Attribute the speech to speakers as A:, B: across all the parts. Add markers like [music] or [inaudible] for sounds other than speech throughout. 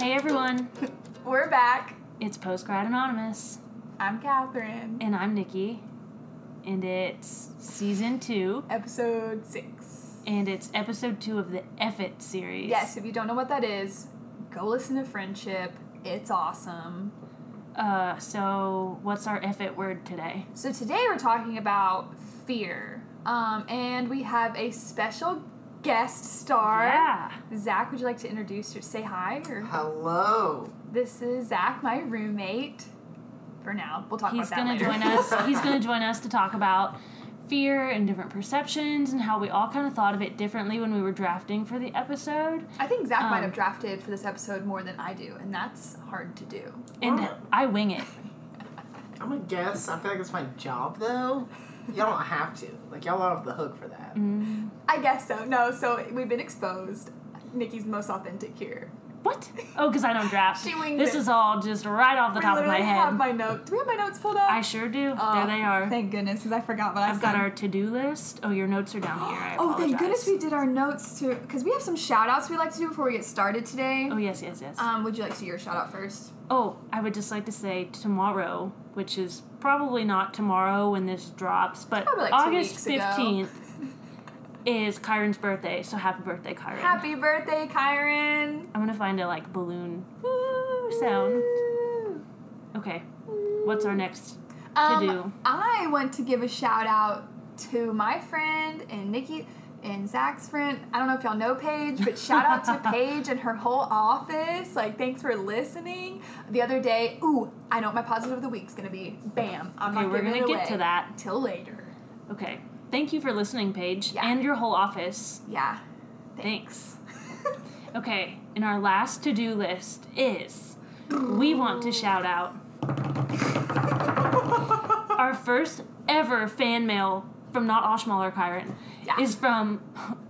A: everyone.
B: We're back.
A: It's Postgrad Anonymous,
B: I'm Catherine.
A: and I'm Nikki, and it's season two,
B: Episode six.
A: and it's episode two of the F It series.
B: Yes, if you don't know what that is, go listen to Friendship. It's awesome.
A: Uh, so what's our F It word today?
B: So today we're talking about fear. Um, and we have a special guest star.
A: Yeah.
B: Zach, would you like to introduce or say hi? Or
C: Hello.
B: this is Zach, my roommate. For now, we'll talk
A: He's
B: about that
A: gonna join
B: later.
A: us.
B: [laughs]
A: He's gonna join us to talk about fear and different perceptions and how we all kind of thought of it differently when we were drafting for the episode.
B: I think Zach might
A: Um,
B: have drafted for this episode more than I do, and that's hard to do.
A: And
C: Alright.
A: I wing it.
C: I'm a guest. I feel like it's my job though. Y'all don't have to. Like y'all are off the hook for that.
A: Mm.
B: I guess so. No, so we've been exposed. Nikki's the most authentic here.
A: What? Oh, because I don't draft.
B: [laughs] She winged
A: this
B: it.
A: is all just right off the
B: we
A: top of
B: literally
A: my
B: have
A: head.
B: my note. Do we have my notes pulled up?
A: I sure do.
B: Oh,
A: there they are.
B: Thank goodness, because I forgot what I
A: I've got
B: said.
A: our to-do list. Oh, your notes are down here. I
B: [gasps] Oh, thank
A: apologize.
B: goodness we did our notes too, because we have some shout outs we like to do before we get started today.
A: Oh yes, yes, yes.
B: Um, would you like to do your shout out first?
A: oh, I would just like to say tomorrow, which is probably not tomorrow when this drops, but
B: Probably like two
A: August
B: weeks ago.
A: fifteenth
B: [laughs]
A: is Kyron's birthday. So happy birthday, Kyron!
B: Happy birthday, Kyron!
A: I'm gonna find a like balloon sound. Okay, what's our next?
B: um,
A: do.
B: I want to give a shout out to my friend and Nikki and Zach's friend. I don't know if y'all know Paige, but shout
A: [laughs]
B: out to Paige and her whole office. Like, thanks for listening. The other day, ooh, I know what my positive of the week's gonna be. Bam! I'm
A: Okay,
B: not
A: we're
B: giving
A: gonna
B: it
A: get
B: away
A: to that.
B: till later.
A: Okay, thank you for listening, Paige,
B: Yeah.
A: and your whole office.
B: Yeah. [laughs]
A: Thanks. okay, and our last to do list is we want to shout out
B: [laughs]
A: our first ever fan mail from not Oshmal or Kyron
B: Yeah.
A: is from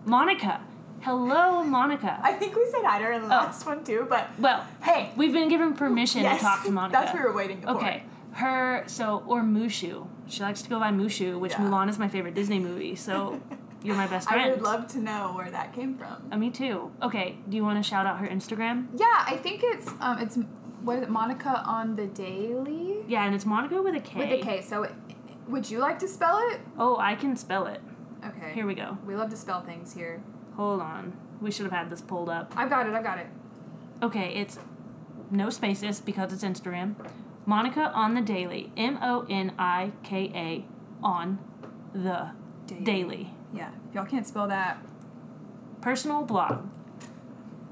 A: Monica. Hello, Monica.
B: I think we said hi to her in the last one too, but
A: well,
B: hey,
A: we've been given permission
B: yes,
A: Oh. to talk to Monica.
B: [laughs] that's what we were waiting for.
A: Okay. Her so or Mushu. She likes to go by Mushu, which
B: Yeah.
A: Mulan is my favorite Disney movie. So you're my best friend.
B: [laughs] I would love to know where that came from.
A: Uh, me too. Okay, do you want to shout out her Instagram?
B: Yeah, I think it's um, it's what is it, Monica on the Daily
A: Yeah, and it's Monica with a K.
B: with a K. So, it, would you like to spell it?
A: Oh, I can spell it.
B: Okay.
A: Here we go.
B: we love to spell things here.
A: Hold on. We should have had this pulled up.
B: I've got it. I've got it.
A: Okay, it's no spaces because it's Instagram. Monica on the daily. M O N I K A on the daily.
B: Yeah. If y'all can't spell that,
A: Personal blog.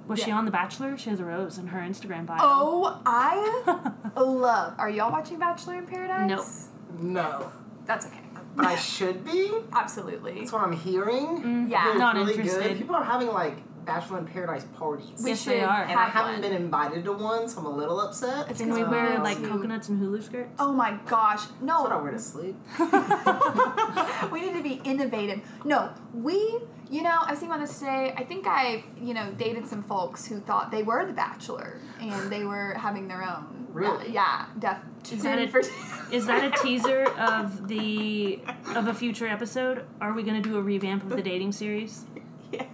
A: Was she
B: Yeah.
A: on The Bachelor? She has a rose in her Instagram bio. [laughs]
B: oh, I love. Are y'all watching Bachelor in Paradise?
C: No.
B: That's okay.
C: But I should be.
B: Absolutely.
C: That's what I'm hearing.
B: Mm. Yeah.
C: It was
A: Mm, Not
C: really
A: interested.
C: Good. People are having like Bachelor in Paradise parties.
B: We
A: Yes,
B: should
A: they are.
B: have
C: and I haven't
B: one.
C: been invited to one, so I'm a little upset.
B: It's
A: Can we
B: Oh.
A: wear like
B: Cute.
A: coconuts and hula [laughs]
B: [laughs]
A: skirts?
B: Oh my gosh. No.
C: That's what I wear
B: [laughs]
C: to sleep. [laughs]
B: we need to be innovative. No, we, you know, I was thinking about this today. I think I, you know, dated some folks who thought they were the bachelor and they were having their own.
C: Really?
B: Yeah, def.
A: Is that a- Is that a teaser of the of a future episode? Are we gonna do a revamp of the dating series?
B: [laughs] yeah.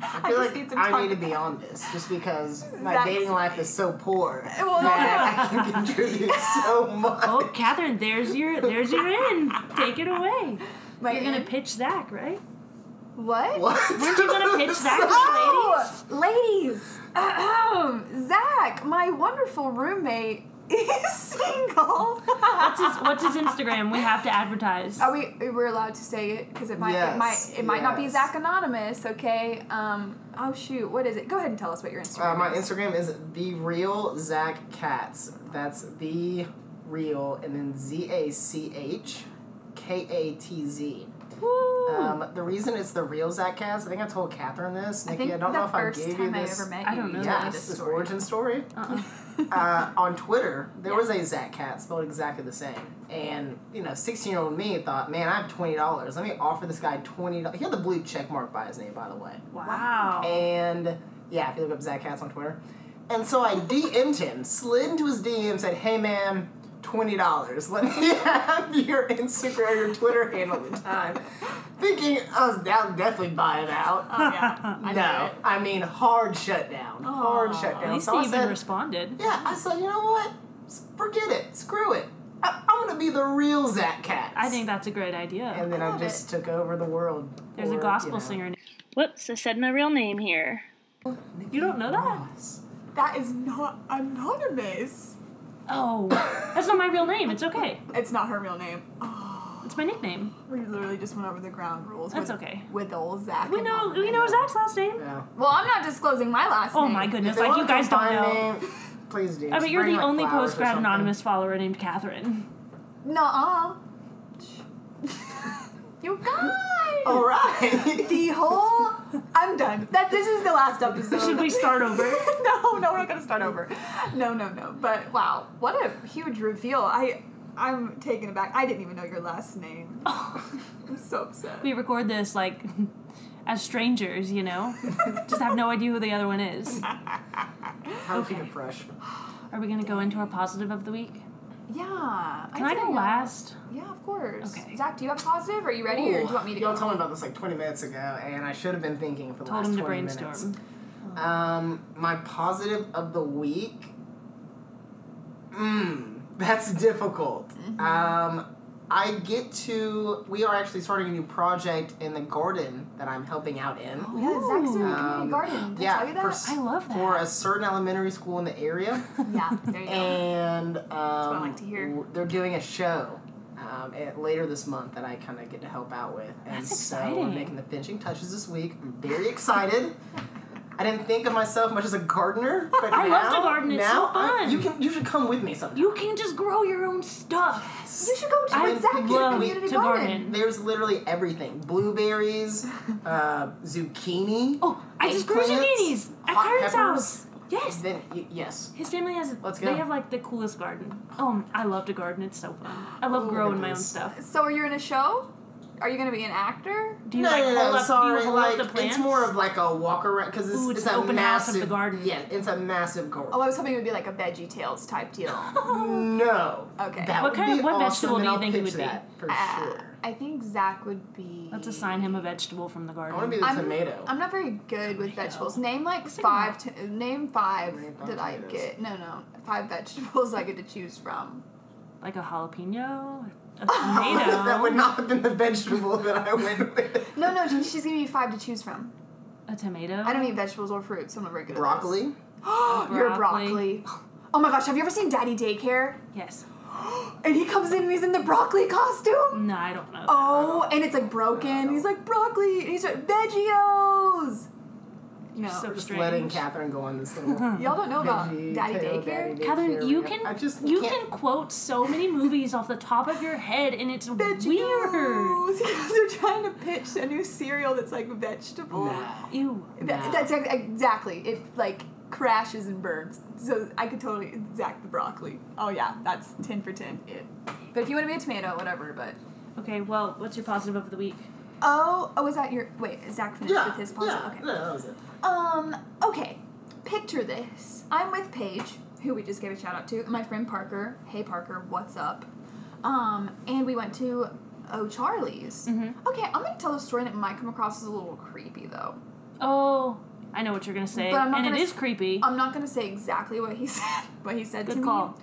B: I,
C: I feel
B: just
C: like
B: need some
C: I
B: time.
C: need to be on this just because my
B: That's-
C: dating life is so poor
B: Well, no, [laughs]
C: that I can contribute so much.
A: Oh, Catherine, there's your there's your in. Take it away.
B: Wait,
A: You're gonna pitch Zach, right?
B: What?
C: What?
A: Weren't you gonna pitch that?
B: Oh, ladies. Ahem. Zach, my wonderful roommate, [laughs] is single. [laughs]
A: What's his What's his Instagram? We have to advertise.
B: Are we we're allowed to say it because it might it
C: Yes,
B: might it might not be
C: yes.
B: Zach Anonymous, okay? Um oh shoot, what is it? Go ahead and tell us what your Instagram
C: Uh, my
B: is.
C: Instagram is the real Zach Katz. That's the real, and then Z A C H K A T Z.
A: Woo.
C: Um, the reason it's the real Zach Katz, I think I told Catherine this.
B: I
C: Nikki, I,
B: think
C: don't
B: the
C: know if I
B: first
C: gave you
B: time I
C: this.
B: ever met you,
A: I don't
B: you
A: know
B: told me
C: Yes,
B: this
C: this
B: story.
C: [laughs] origin story.
A: Uh-uh.
C: uh, on Twitter, there
B: Yeah.
C: was a Zach Cat spelled exactly the same. And, you know, 16 year old me thought, man, I have $20. Let me offer this guy $20. He had the blue check mark by his name, by the way.
A: Wow.
C: And, yeah, if you look up Zach Katz on Twitter. And so I DM'd him, slid into his DM, said, hey, man, twenty dollars. Let me [laughs] have your Instagram, your Twitter handle at the time. Thinking I was down, definitely buy it out.
B: Oh, yeah. I
C: no,
B: Know
C: I mean hard shutdown, hard
B: Aw.
A: At
C: shutdown.
A: least
C: so
A: he
C: I
A: even
C: said,
A: responded.
C: yeah, I said, you know what? S- Forget it. Screw it. I- I'm gonna be the real Zach Katz.
A: I think that's a great idea.
C: And then
B: I
C: I,
B: love
C: just took over the world.
A: There's
C: for,
A: a
C: you
A: gospel
C: know,
A: singer. Whoops, I said my real name here.
C: Nikki
A: You don't know that?
C: Ross.
B: it. That is not anonymous.
A: Oh, that's not my real name. It's okay.
B: It's not her real name. Oh,
A: It's my nickname.
B: we literally just went over the ground rules.
A: That's
B: with,
A: okay.
B: With old Zach.
A: We
B: and
A: know
B: Mom.
A: we know Zach's last name.
C: Yeah.
B: Well, I'm not disclosing my last
A: Oh
B: name.
A: my
C: If
A: goodness,
C: they
A: like
C: wanna
A: you guys
C: come
A: don't
C: find
A: know.
C: me, please do.
A: I mean, you're
C: Bring,
A: the
C: like,
A: only
C: flowers or
A: post grad
C: something.
A: anonymous follower named Catherine.
B: Nuh-uh. [laughs] you guys.
C: [laughs] All right.
B: The whole. I'm done. That this is the last episode.
A: Should we start
C: [laughs]
A: over?
B: [laughs] no, no, we're not gonna start over. No, no, no. But wow, what a huge reveal. I, I'm taken aback. I didn't even know your last name. [laughs] I'm so upset.
A: we record this like as strangers, you know? Just have no idea who the other one is.
C: [laughs] How to keep
A: Okay.
C: it fresh.
A: Are we gonna go into our positive of the week?
B: [laughs] Yeah.
A: Can I
B: say
A: go
B: yeah.
A: last?
B: Yeah, of course.
A: Okay.
B: Zach, do you have a positive? Are you ready, or do you want me to
C: Y'all
B: go?
C: told me about this like 20 minutes ago, and I should have been thinking for the
A: Told
C: last
A: him to
C: 20
A: brainstorm.
C: minutes. Um, my positive of the week. Mmm, that's difficult.
B: Mm-hmm.
C: Um, I get to. We are actually starting a new project in the garden that I'm helping out in.
B: yeah, Zach's in the community
C: Um,
B: garden. Did I
C: yeah,
B: tell you
C: For,
B: that?
C: s-
A: I love that.
C: for a certain elementary school in the area,
A: [laughs]
B: yeah. There you go.
C: and um,
B: I like to hear.
C: w- they're doing a show. Um, at, later this month that I kind of get to help out with, and
A: That's
C: so
A: exciting.
C: we're making the finishing touches this week. I'm very excited. I didn't think of myself much as a gardener, but
A: I
C: now,
A: love to garden. It's
C: now
A: so
C: I-
A: fun.
C: you can you should come with me sometime.
A: You can just grow your own stuff.
B: You should go to
A: I
B: Zach in the
A: love
B: community
A: to
B: garden.
A: garden.
C: There's literally everything:
A: [laughs]
C: blueberries, uh, zucchini.
A: Oh, I just grew
C: Eggplants,
A: zucchinis at
C: hot
A: Kyron's
C: peppers.
A: house. Yes.
C: Then y- yes,
A: His family has.
C: Let's
A: They
C: go.
A: have like the coolest garden. Oh, I love to garden. It's so fun. I love
C: Oh,
A: growing my own
C: goodness.
A: stuff.
B: So are you in a show? Are you gonna be an actor?
A: Do you
C: no,
A: like
C: no, no,
A: hold up?
C: sorry.
A: do you hold
C: like
A: up the plants?
C: it's more of like a walk around because it's,
A: Ooh, it's
C: a
A: an open house of
C: massive
A: the garden.
C: Yeah, it's a massive garden.
B: Oh, I was hoping it would be like a Veggie Tales type deal.
C: No.
B: Okay.
C: That
A: What
C: would
A: kind of-
C: be
A: what
C: awesome,
A: vegetable do
C: and
A: you
C: I'll
A: think it
C: pitch
A: would be?
C: that For
B: Uh,
C: sure.
B: I think Zach would be.
A: [laughs] Let's assign him a vegetable from the
C: I
A: garden.
C: want to be the
B: I'm,
C: tomato.
B: I'm not very good with vegetables. Name like
A: Let's take
B: five. T- name five
C: Name five
B: that I
C: tomatoes.
B: get. No, no, five vegetables [laughs] I get to choose from.
A: like a jalapeno, a tomato.
B: [laughs]
C: [laughs] that would not have been the vegetable that I went with.
B: [laughs] No, no, she- she's giving me five to choose from.
A: A tomato.
B: I don't eat vegetables or fruits. so I'm not very good. at those.
C: Broccoli.
B: [gasps] You're
A: Broccoli.
B: broccoli. Oh my gosh, have you ever seen Daddy Daycare? [gasps]
A: Yes.
B: And he comes in and he's in the broccoli costume.
A: No, I don't know.
B: Oh, and it's like broken. He's like broccoli. And he's like veggios. No,
A: so
C: Just
A: strange.
C: letting Catherine go on
A: [laughs]
C: this little. [laughs]
B: y'all don't know about
C: veggie
B: Daddy
C: tale,
B: Daycare.
C: daddy
A: Catherine,
C: daycare
A: you
C: rant.
A: can
C: I just
A: you
C: can't.
A: can quote so many movies off the top of your head, and it's weird.
B: Vegetables. [laughs] Because they're trying to pitch a new cereal that's like vegetable.
C: Nah.
A: Ew.
B: Th-
C: Nah.
B: That's ex- exactly. It like crashes and burns. So I could totally exact the broccoli. Oh yeah, that's ten for ten. It. But if you want to be a tomato, whatever. But
A: Okay, well, what's your positive of the week?
B: oh, oh, was that your wait? Zach finished
C: Yeah.
B: with his pause.
C: yeah.
B: Okay.
C: No, that was it.
B: Um, okay. Picture this. I'm with Paige, who we just gave a shout out to, and my friend Parker. Hey Parker, what's up? Um, and we went to O'Charlie's. Okay, I'm gonna tell a story that might come across as a little creepy though.
A: Oh, I know what you're gonna say,
B: But I'm not
A: and it
B: gonna
A: is
B: s-
A: creepy.
B: I'm not gonna say exactly what he [laughs] said, what he said to
A: Good call.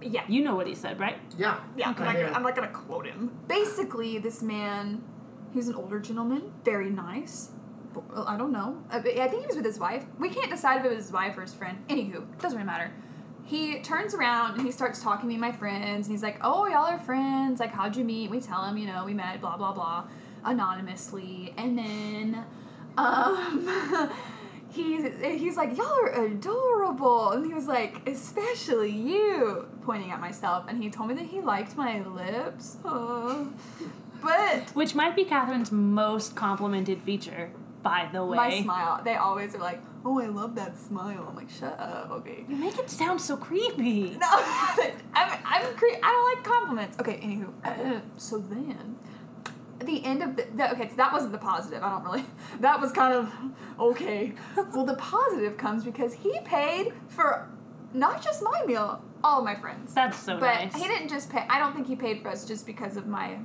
B: me. Yeah.
A: You know what he said, right?
C: Yeah.
B: Yeah, I'm, not
C: Okay.
B: gonna, I'm not gonna quote him. Basically, this man, he was an older gentleman, very nice. But, well, I don't know. I I think he was with his wife. We can't decide if it was his wife or his friend. Anywho, doesn't really matter. He turns around and he starts talking to me and my friends, and he's like, "Oh, y'all are friends. Like, how'd you meet?" We tell him, you know, we met, blah blah blah, anonymously, and then, um. [laughs] He's, he's like, y'all are adorable. And he was like, especially you, pointing at myself. And he told me that he liked my lips. [laughs] Uh, but
A: Which might be Catherine's most complimented feature, by the way.
B: my smile, they always are like, oh, I love that smile. I'm like, shut up, okay.
A: You make it sound so creepy.
B: [laughs] No, I'm, I'm cre- I don't like compliments. Okay, anywho. [clears throat] so then, at the end of the, the okay, so that wasn't the positive. I don't really. [laughs] That was kind of okay. well, the positive comes because he paid for not just my meal, all my friends.
A: That's so
B: but
A: nice.
B: he didn't just pay. I don't think he paid for us just because of my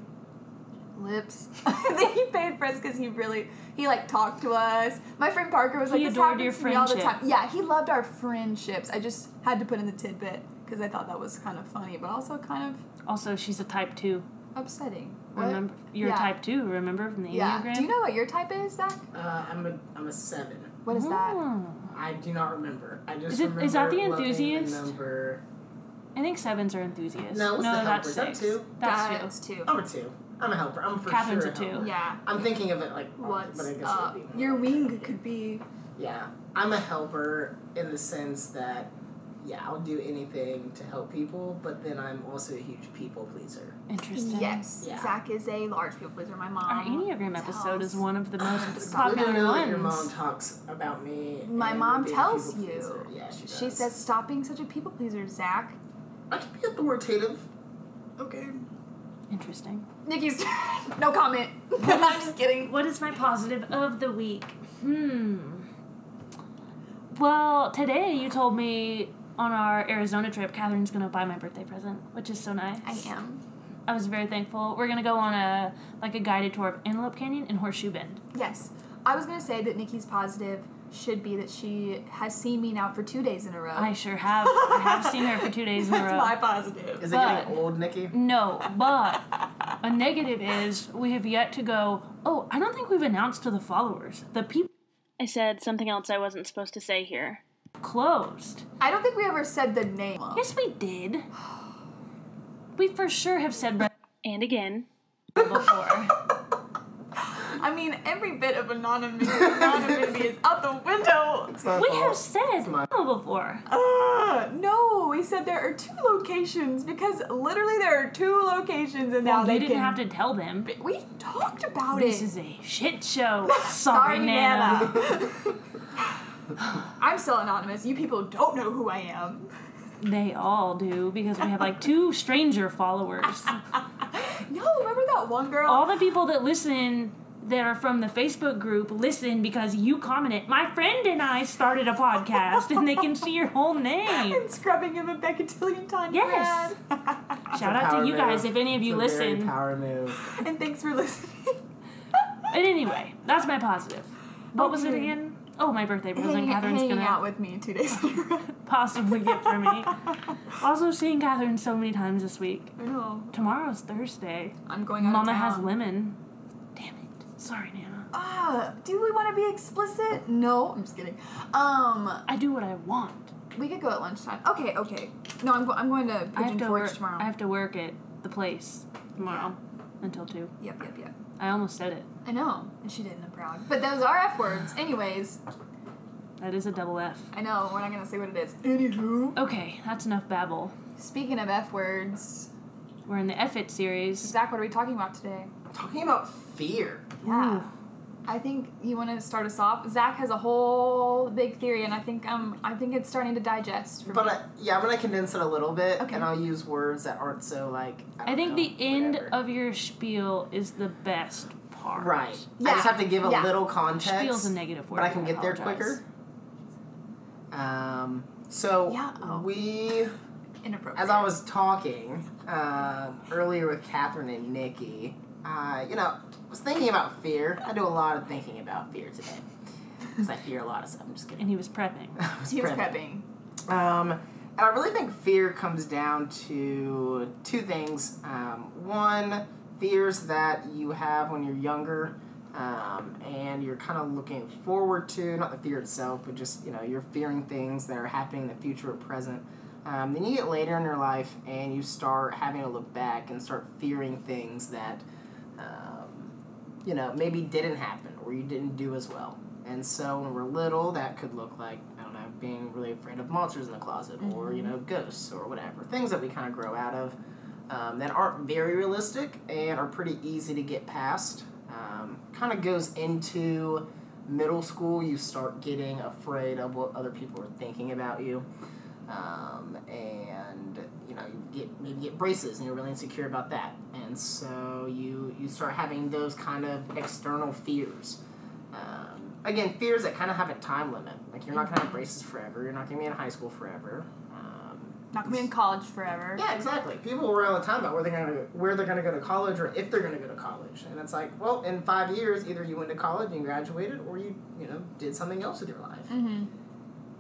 B: lips. [laughs] I think he paid for us because he really he like talked to us. My friend Parker was like,
A: He
B: "This
A: adored your
B: happens to me all the
A: friendship.
B: time." Yeah, he loved our friendships. I just had to put in the tidbit because I thought that was kind of funny, but also kind
A: Also, she's a type two.
B: of upsetting. What?
A: Remember, you're
B: Yeah.
A: a type two. Remember from the
B: Yeah.
A: enneagram.
B: Do you know what your type is, Zach?
C: Uh, I'm a I'm a seven.
B: What is that?
A: Hmm.
C: I do not remember. I just
A: Is it-
C: remember
A: is that the
C: loving
A: enthusiast?
C: number.
A: I think sevens are enthusiasts.
C: No, what's the
A: that's
C: helper? Is that
A: six.
C: two?
A: That's Oh, two.
B: That's two.
C: I'm a two. I'm a helper. I'm for
A: Catherine's
C: sure
A: a two.
C: helper.
B: Yeah.
C: I'm thinking of it like
B: What's
C: but I guess
B: up?
C: it would be more
B: Your
C: like
B: wing
C: that.
B: could be
C: Yeah, I'm a helper in the sense that yeah, I'll do anything to help people, but then I'm also a huge people pleaser.
A: Interesting.
B: yes.
C: Yeah.
B: Zach is a large people pleaser. My mom.
A: Our enneagram episode
B: tells-
A: is one
B: [sighs]
A: of the most
B: Stop
A: popular
C: Literally,
A: ones.
C: your mom talks about me.
B: My
C: and
B: mom
C: being a
B: tells
C: people
B: you.
C: pleaser. Yeah, she does.
B: She says, "Stop being such a people pleaser, Zach."
C: I can be authoritative. Okay.
A: Interesting.
B: Nikki's [laughs] no comment. [laughs] I'm just kidding.
A: What is my positive of the week? Hmm. Well, today you told me on our Arizona trip, Catherine's gonna buy my birthday present, which is so nice.
B: I am.
A: I was very thankful. We're gonna go on a like a guided tour of Antelope Canyon and Horseshoe Bend.
B: Yes, I was gonna say that Nikki's positive should be that she has seen me now for two days in a row.
A: I sure have. I have seen her for two days in a
B: [laughs] That's
A: row.
B: my positive.
C: Is it
A: But-
C: getting old, Nikki?
A: No, but a negative is we have yet to go. Oh, I don't think we've announced to the followers the people. I said something else I wasn't supposed to say here. Closed.
B: I don't think we ever said the name.
A: Yes, we did. We for sure have said red and again before.
B: I mean, every bit of anonymity, anonymity is out the window. [laughs]
C: It's not
A: we
C: all-
A: have said
C: my-
A: before.
B: Uh, no, we said there are two locations because literally there are two locations, and now
A: Well,
B: they
A: you didn't
B: can.
A: have to tell them.
B: We talked about
A: This
B: it.
A: is a shit
B: [laughs]
A: show. Sorry,
B: Sorry,
A: Nana.
B: Nana. [laughs] I'm still anonymous. You people don't know who I am.
A: They all do because we have like
B: [laughs]
A: two stranger followers.
B: No, remember that one girl?
A: all the people that listen that are from the Facebook group listen because you commented, my friend and I started a podcast, and they can see your whole name.
B: and scrubbing him a Beccatillion time.
A: Yes. Shout out
C: Power
A: to you
C: move.
A: guys if any of you
C: It's a very
A: listen.
C: Power move.
B: [laughs] and thanks for listening.
A: But
B: [laughs]
A: anyway, that's my positive. What was it
B: Okay.
A: again? Oh, my birthday present.
B: Hanging,
A: Catherine's
B: hanging
A: gonna
B: out with me two
A: [laughs]
B: days in a row.
A: possibly get for
B: [laughs]
A: me. also, seeing Catherine so many times this week.
B: I know.
A: Tomorrow's Thursday.
B: I'm going out
A: Mama
B: of town.
A: has lemon. Damn it. Sorry, Nana.
B: Ah, do we want to be explicit? No, I'm just kidding. Um,
A: I do what I want.
B: we could go at lunchtime. Okay, okay. No, I'm, go- I'm going to
A: I have
B: Pigeon
A: to
B: Forge
A: work.
B: tomorrow.
A: I have to work at the place tomorrow until two.
B: Yep, yep, yep.
A: I almost said it.
B: I know, and she didn't. I'm proud. But those are F words. Anyways,
A: That is a double F.
B: I know we're not gonna say what it is. Anywho,
A: Okay, that's enough babble.
B: speaking of F words,
A: We're in the F it series.
B: Zach, what are we talking about today?
C: Talking about fear.
B: Yeah, I think you want to start us off. Zach has a whole big theory, and I think um, I think it's starting to digest for
C: But
B: me.
C: I, yeah, I'm gonna condense it a little bit,
B: Okay.
C: and I'll use words that aren't so like. I,
A: I
C: don't
A: think
C: know,
A: the end
C: whatever.
A: of your spiel is the best part.
C: right.
B: Yeah,
C: I just have to give a
B: yeah.
C: little context.
A: Spiel's a negative word.
C: but I can get there
A: apologize.
C: quicker. Um. So
B: Yeah, oh.
C: we,
B: inappropriate.
C: as I was talking um, earlier with Catherine and Nikki, uh, you know, was thinking about fear. I do a lot of thinking about fear today. 'Cause I fear a lot of stuff. I'm just kidding. [laughs]
A: And he was prepping.
C: I
B: he was
C: prepping.
B: prepping.
C: Um, and I really think fear comes down to two things. Um, one, fears that you have when you're younger, um, and you're kind of looking forward to not the fear itself, but just you know you're fearing things that are happening in the future or present. Um, then you get later in your life, and you start having to look back and start fearing things that um, you know, maybe didn't happen or you didn't do as well. And so when we're little, that could look like, I don't know, being really afraid of monsters in the closet or, you know, ghosts or whatever. Things that we kind of grow out of um, that aren't very realistic and are pretty easy to get past. Um, kind of goes into middle school, you start getting afraid of what other people are thinking about you. Um, and you know you get maybe get braces and you're really insecure about that and so you you start having those kind of external fears um, again fears that kind of have a time limit like you're not gonna have braces forever you're not gonna be in high school forever um,
B: not gonna be in college forever.
C: Yeah, exactly. People were all the time about where they're gonna go, where they're gonna go to college or if they're gonna go to college, and it's like, well, in five years, either you went to college and graduated, or you you know did something else with your life.
B: Mm-hmm.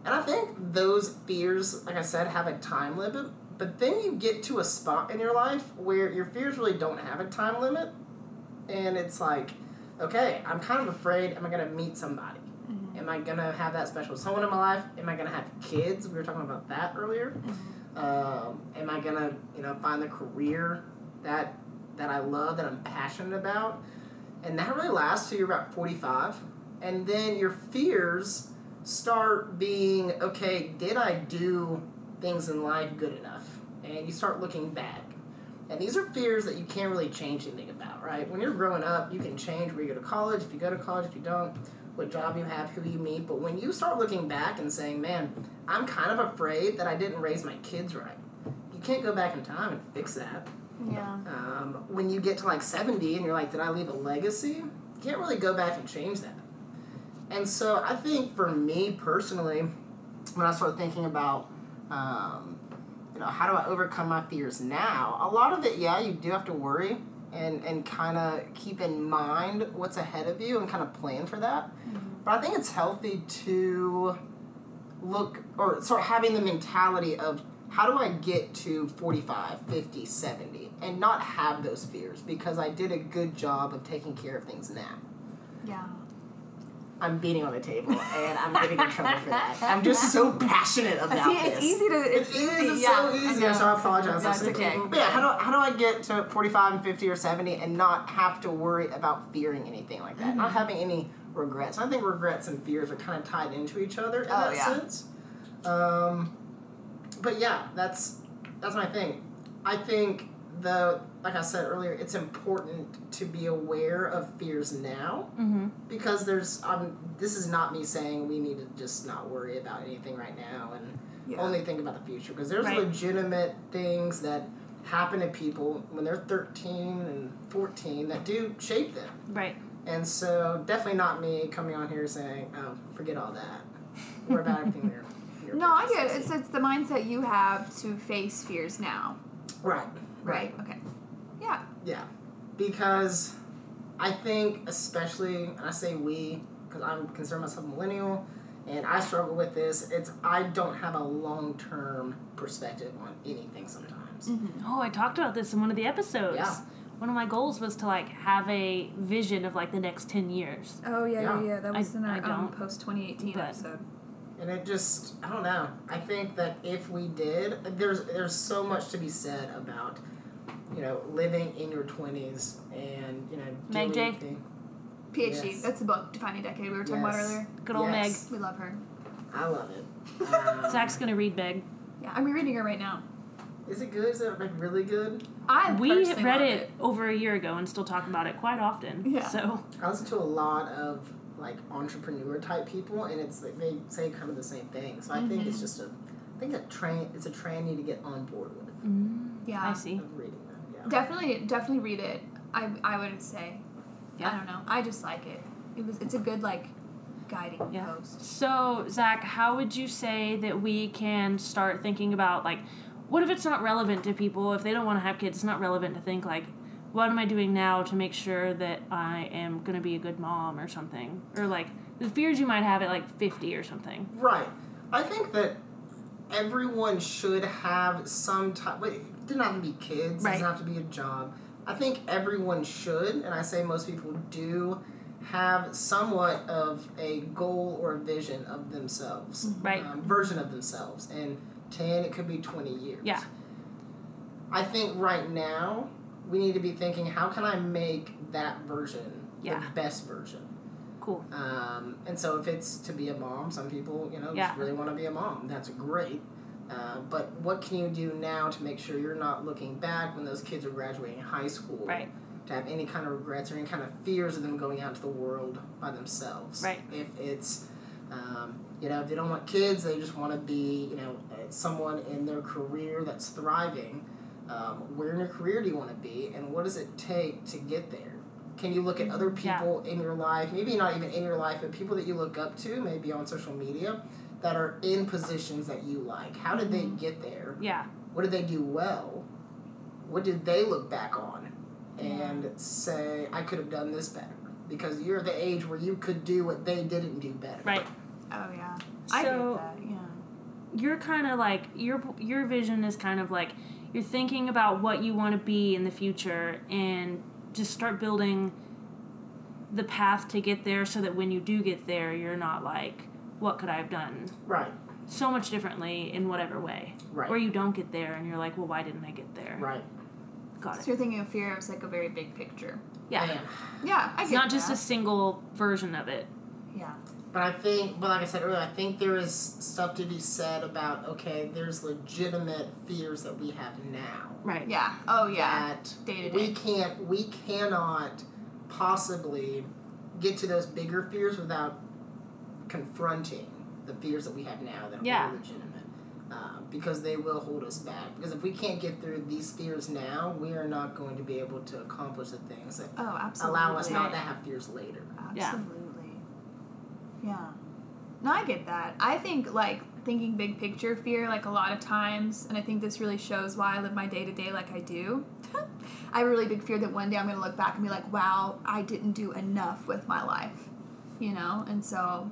C: And I think those fears, like I said, have a time limit. But then you get to a spot in your life where your fears really don't have a time limit, and it's like, okay, I'm kind of afraid. Am I gonna meet somebody? Am I gonna have that special someone in my life? Am I gonna have kids? We were talking about that earlier. Um, am I gonna, you know, find the career that that I love, that I'm passionate about? And that really lasts till you're about 45. And then your fears start being, okay, did I do things in life good enough? And you start looking back. And these are fears that you can't really change anything about, right? When you're growing up, you can change where you go to college, if you go to college, if you don't, what job you have, who you meet. But when you start looking back and saying, man, I'm kind of afraid that I didn't raise my kids right, you can't go back in time and fix that.
B: Yeah.
C: Um, when you get to like 70 and you're like, did I leave a legacy? You can't really go back and change that. And so I think for me personally, when I start thinking about, um, you know, how do I overcome my fears now? A lot of it, yeah, you do have to worry and, and kind of keep in mind what's ahead of you and kind of plan for that. But I think it's healthy to look or start having the mentality of how do I get to 45, 50, 70 and not have those fears because I did a good job of taking care of things now.
B: Yeah.
C: I'm beating on the table and I'm getting in trouble for that. [laughs] I'm
B: [laughs]
C: just so passionate about
B: See, it's
C: this.
B: easy to. It's
C: It is,
B: easy.
C: it's
B: yeah.
C: so easy.
B: I know.
C: so I apologize.
B: That's
C: I said-
B: okay.
C: But yeah, how do, how do I get to 45 and 50 or 70 and not have to worry about fearing anything like that?
B: Mm-hmm.
C: Not having any regrets. I think regrets and fears are kind of tied into each other in
B: Oh,
C: that
B: yeah.
C: sense. Um, but yeah, that's that's my thing. I think the like I said earlier, it's important to be aware of fears now
A: Mm-hmm.
C: because there's um this is not me saying we need to just not worry about anything right now and
B: Yeah.
C: only think about the future because there's
A: Right.
C: legitimate things that happen to people when they're 13 and 14 that do shape them
A: Right.
C: and so definitely not me coming on here saying oh forget all that worry
B: [laughs]
C: about everything you're, you're
B: No, I get it. It's it's the mindset you have to face fears now.
C: right right
B: Okay. Yeah.
C: Yeah, because I think, especially, and I say we, because I'm consider myself a millennial, and I struggle with this. It's I don't have a long term perspective on anything sometimes.
A: Oh, I talked about this in one of the episodes.
C: Yeah.
A: One of my goals was to like have a vision of like the next ten years.
B: Oh yeah,
C: Yeah.
B: yeah, yeah. That
A: I-
B: was in
A: I
B: our um,
A: don't,
B: post 2018
A: but-
B: episode.
C: And it just, I don't know. I think that if we did, there's there's so much to be said about, you know, living in your twenties and you know
A: Meg
C: doing
A: J.
C: thing-
B: PhD.
C: Yes.
B: That's a book, Defining Decade. We were talking about
C: Yes.
B: earlier.
A: Good old
C: Yes.
B: We love her.
C: I love it. Um,
A: Meg. Zach's gonna read Meg.
B: [laughs] Yeah, I'm rereading her right now.
C: is it good? Is it like really good?
B: I
A: We
B: personally
A: read
B: love
A: it, over a year ago and still talk about it quite often.
B: Yeah.
A: So
C: I listen to a lot of like entrepreneur type people, and it's like they say kind of the same thing. So I think it's just a, I think a train, it's a train you need to get on board with
B: Yeah,
A: I see.
C: of reading that. Yeah.
B: definitely, definitely read it. I I would say.
A: Yeah.
B: I don't know. I just like it. It was. It's a good like guiding
A: Yeah.
B: post.
A: So Zach, how would you say that we can start thinking about like, what if it's not relevant to people? If they don't want to have kids, it's not relevant to think like, what am I doing now to make sure that I am gonna be a good mom or something, or like the fears you might have at like fifty or something.
C: Right. I think that everyone should have some type. Wait, it doesn't have to be kids. It
A: Right.
C: doesn't have to be a job. I think everyone should, and I say most people do, have somewhat of a goal or a vision of themselves,
A: Right.
C: um, version of themselves, and ten it could be twenty years.
A: Yeah.
C: I think right now we need to be thinking how can I make that version
A: Yeah.
C: the best version.
A: Cool.
C: Um, and so if it's to be a mom, some people, you know,
A: Yeah.
C: just really want to be a mom. That's great. Uh, but what can you do now to make sure you're not looking back when those kids are graduating high school?
A: Right.
C: To have any kind of regrets or any kind of fears of them going out to the world by themselves.
A: Right.
C: If it's, um, you know, if they don't want kids, they just want to be, you know, uh, someone in their career that's thriving. Um, where in your career do you want to be, and what does it take to get there? Can you look at other
A: Yeah.
C: people in your life, maybe not even in your life, but people that you look up to, maybe on social media, that are in positions that you like? How did
A: Mm-hmm.
C: they get there?
A: Yeah.
C: What did they do well? What did they look back on and say, I could have done this better? Because you're the age where you could do what they didn't do better.
A: Right.
B: Oh yeah. I get
A: So-
B: that. Yeah.
A: You're kind of like your your vision is kind of like you're thinking about what you want to be in the future and just start building the path to get there so that when you do get there you're not like what could I have done
C: Right.
A: so much differently in whatever way.
C: Right.
A: Or you don't get there and you're like, well, why didn't I get there?
C: Right.
A: Got it.
B: So you're thinking of fear as like a very big picture.
A: Yeah.
C: Man.
B: Yeah, I
A: It's
B: get
A: not just a
B: that.
A: single version of it.
B: yeah.
C: But I think, but like I said earlier, I think there is stuff to be said about okay, there's legitimate fears that we have now
A: Right.
B: Yeah. Oh yeah.
C: that
B: Day to
C: we
B: day.
C: can't, we cannot possibly get to those bigger fears without confronting the fears that we have now that
A: Yeah.
C: are legitimate. Uh, because they will hold us back. Because if we can't get through these fears now, we are not going to be able to accomplish the things that
B: Oh, absolutely.
C: allow us not to have fears later.
A: Yeah.
B: Absolutely. Yeah. No, I get that. I think like thinking big picture fear like a lot of times, and I think this really shows why I live my day to day like I do. [laughs] I have a really big fear that one day I'm going to look back and be like, "Wow, I didn't do enough with my life," you know. And so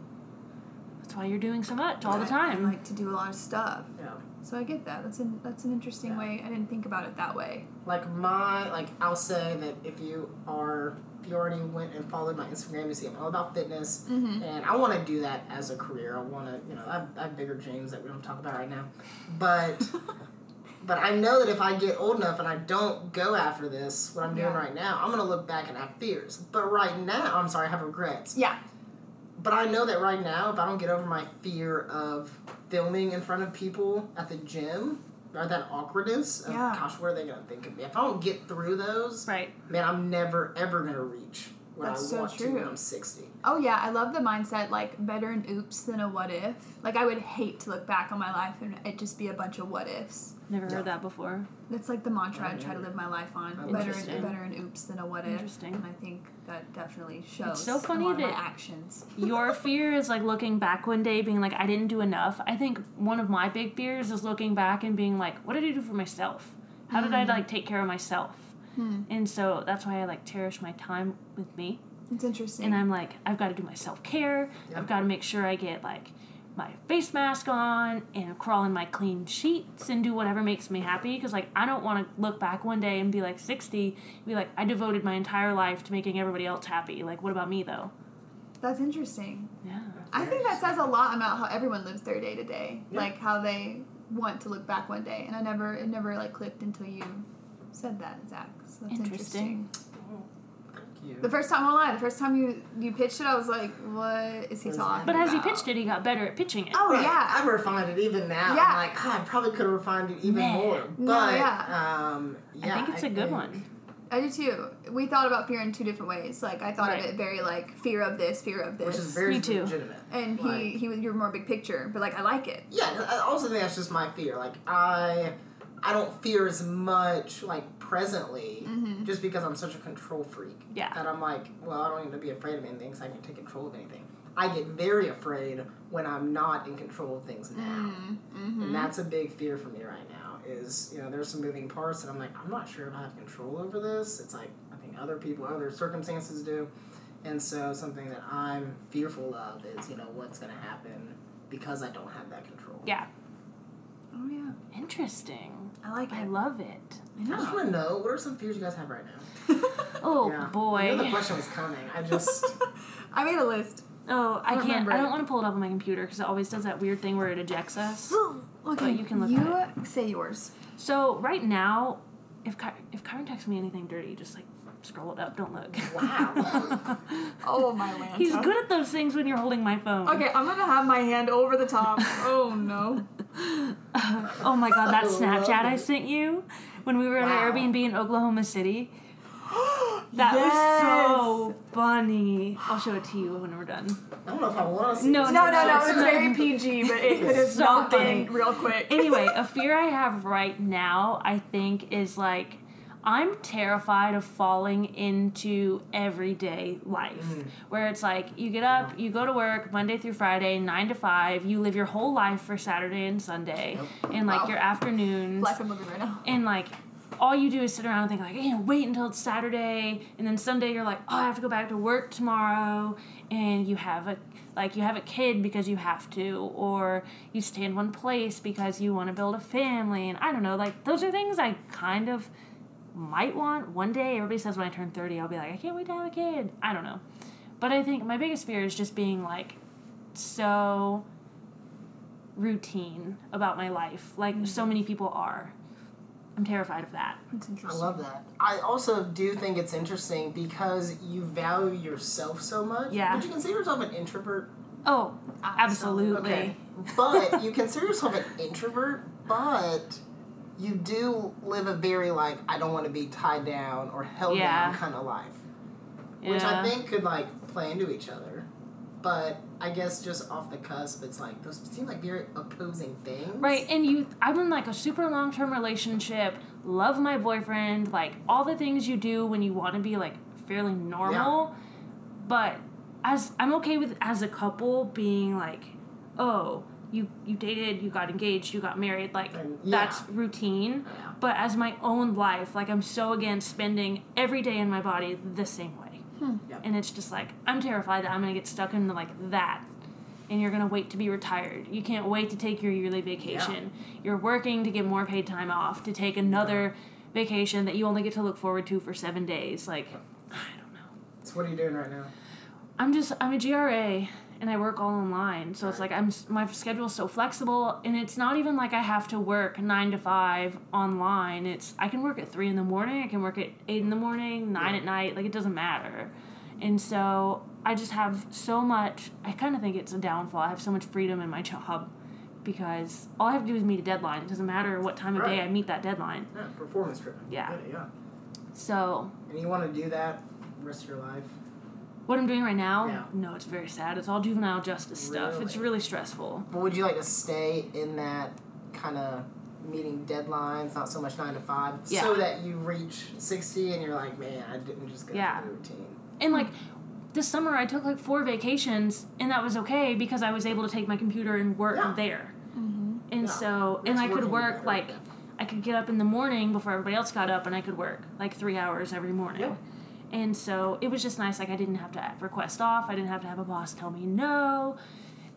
A: That's why you're doing so much all the
B: I-
A: time.
B: I like to do a lot of stuff.
C: Yeah.
B: So I get that. That's an that's an interesting
C: Yeah.
B: way. I didn't think about it that way.
C: like my like I'll say that if you are if you already went and followed my Instagram, you see I'm all about fitness,
B: Mm-hmm.
C: and I want to do that as a career. I want to you know I have, I have bigger dreams that we don't talk about right now,
B: [laughs]
C: but but I know that if I get old enough and I don't go after this what I'm doing
B: Yeah.
C: right now, I'm gonna look back and have fears. But right now, I'm sorry, I have regrets.
B: Yeah.
C: But I know that right now, if I don't get over my fear of filming in front of people at the gym, or that awkwardness of,
B: Yeah.
C: gosh, what are they going to think of me? If I don't get through those,
A: right.
C: man, I'm never, ever going to reach what I
B: That's so
C: want to when
B: true.
C: I'm 60.
B: Oh yeah, I love the mindset like better an oops than a what if. Like I would hate to look back on my life and it just be a bunch of what ifs.
A: Never
C: Yeah.
A: heard that before.
B: That's like the mantra I try to
C: Yeah.
B: live my life on.
C: Oh,
B: Better
A: interesting.
B: an, better an oops than a what if.
A: Interesting.
B: And I think that definitely shows
A: so funny
B: a lot of my
A: that-
B: actions.
A: Your fear is like looking back one day being like, I didn't do enough. I think one of my big fears is looking back and being like, what did I do for myself? How did I like take care of myself? And so that's why I like cherish my time with me.
B: It's interesting.
A: and I'm like, I've got to do my self care.
C: Yeah.
A: I've got to make sure I get like my face mask on and crawl in my clean sheets and do whatever makes me happy because like I don't want to look back one day and be like 60 and be like I devoted my entire life to making everybody else happy. Like what about me though?
B: that's interesting.
A: Yeah.
B: I think that says a lot about how everyone lives their day to day.
C: Yeah.
B: Like how they want to look back one day. And I never it never like clicked until you said that, Zach. So that's
A: Interesting.
B: interesting.
C: Thank you.
B: The first time, I won't lie, the first time you, you pitched it, I was like, what is he
C: What is
B: talking
A: But as he
B: about?
A: pitched it, he got better at pitching it.
B: Oh,
C: Right,
B: yeah.
C: I've refined it even now.
B: Yeah.
C: I'm like, "Ah, I probably could have refined it even
A: Man.
C: more. But,
B: No, yeah.
C: um,
A: I
C: yeah.
A: think it's a good
C: think-
A: one.
B: I do too. We thought about fear in two different ways. Like, I thought
A: Right.
B: of it very, like, fear of this, fear of this.
C: Which is very
A: Me too.
C: legitimate.
B: and he,
C: Like-
B: he was, you're more big picture, but, like, I like it.
C: Yeah, I also think that's just my fear. Like I, I don't fear as much like presently, just because I'm such a control freak.
A: Mm-hmm. Yeah.
C: That I'm like, well, I don't need to be afraid of anything, so I can take control of anything. I get very afraid when I'm not in control of things
A: Mm.
C: now,
A: Mm-hmm.
B: Mm-hmm.
C: and that's a big fear for me right now. Is you know, there's some moving parts, and I'm like, I'm not sure if I have control over this. It's like I think other people, other circumstances do. And so, something that I'm fearful of is, you know, what's going to happen because I don't have that control.
A: Yeah.
B: Oh, yeah.
A: Interesting.
B: I like it.
A: I love it.
B: I
C: I just [laughs]
B: know. [laughs]
C: want to know what are some fears you guys have right now.
A: Oh
C: Yeah. I knew the
A: boy.
C: question was coming. I just
B: I made a list.
A: Oh, I can't.
B: Remember
A: I
B: it.
A: don't want to pull it up on my computer because it always does that weird thing where it ejects us.
B: Okay,
A: you can look
B: You say yours.
A: So right now, if Ky- if Kyron texts me anything dirty, just like scroll it up. Don't look.
C: wow.
B: Oh, my land.
A: [laughs] He's good at those things when you're holding my phone.
B: Okay, I'm gonna have my hand over the top. Oh, no.
A: [laughs] Oh my god, that
C: I love
A: Snapchat I
C: it.
A: sent you when we were at
C: Wow.
A: an Airbnb in Oklahoma City. That was so funny. I'll show it to you when we're done.
C: I don't know if I want to see.
A: No,
C: this.
B: No, no, no. It's very PG, but it could have
A: So
B: not
A: funny.
B: been real quick.
A: anyway, a fear I have right now, I think, is like I'm terrified of falling into everyday life where it's like you get up, you go to work Monday through Friday, nine to five, you live your whole life for Saturday and Sunday, and like
B: Wow.
A: your afternoons
B: Like I'm looking right now.
A: [gasps] and like all you do is sit around and think like, hey, wait until it's Saturday, and then Sunday you're like, oh, I have to go back to work tomorrow, and you have a like you have a kid because you have to, or you stay in one place because you want to build a family, and I don't know, like those are things I kind of might want one day. Everybody says when I turn thirty, I'll be like, I can't wait to have a kid. I don't know, but I think my biggest fear is just being like so routine about my life, like so many people are. I'm terrified of that.
B: It's
C: I
B: interesting.
C: love that. I also do think it's interesting because you value yourself so much.
A: Yeah.
C: Would you consider yourself an introvert?
A: Oh,
B: Ah, Absolutely.
A: absolutely.
C: but you consider yourself an introvert, but you do live a very like I don't want to be tied down or held down
A: Yeah.
C: kind of life,
A: Yeah.
C: which I think could like play into each other. But I guess just off the cusp, it's like those seem like very opposing things.
A: Right, and you I'm in like a super long term relationship, love my boyfriend, like all the things you do when you want to be like fairly normal. But as I'm okay with as a couple being like, oh, you you dated, you got engaged, you got married, like
C: And-
A: that's
C: yeah.
A: routine.
C: Yeah.
A: But as my own life, like I'm so against spending every day in my body the same way.
C: Yep.
A: And it's just like I'm terrified that I'm gonna get stuck into like that. And you're gonna wait to be retired. You can't wait to take your yearly vacation. You're working to get more paid time off to take another vacation that you only get to look forward to for seven days. Like, I don't know.
C: So what are you doing right now?
A: I'm just I'm a GRA and I work all online, so it's like I'm s- my schedule's so flexible, and it's not even like I have to work nine to five online. It's I can work at three in the morning, I can work at eight in the morning, nine
C: Yeah.
A: at night. Like it doesn't matter, and so I just have so much. I kind of think it's a downfall. I have so much freedom in my job because all I have to do is meet a deadline. It doesn't matter what time of day
C: Right.
A: I meet that deadline.
C: Yeah, performance driven.
A: Yeah.
C: yeah.
A: So
C: And you want to do that rest of your life?
A: what I'm doing right now,
C: Yeah.
A: no, it's very sad. It's all juvenile justice stuff. It's
C: Really?
A: really stressful.
C: But would you like to stay in that kind of meeting deadlines, not so much nine to five, so
A: Yeah.
C: that you reach sixty and you're like, man, I didn't just go
A: Yeah.
C: through the routine.
A: And like this summer, I took like four vacations, and that was okay because I was able to take my computer and work
C: Yeah.
A: there.
B: Mm-hmm.
A: And
C: Yeah.
A: so,
C: It's
A: and I could
C: working
A: work
C: better.
A: like I could get up in the morning before everybody else got up, and I could work like three hours every morning.
C: Yeah.
A: And so it was just nice. Like I didn't have to request off. I didn't have to have a boss tell me no.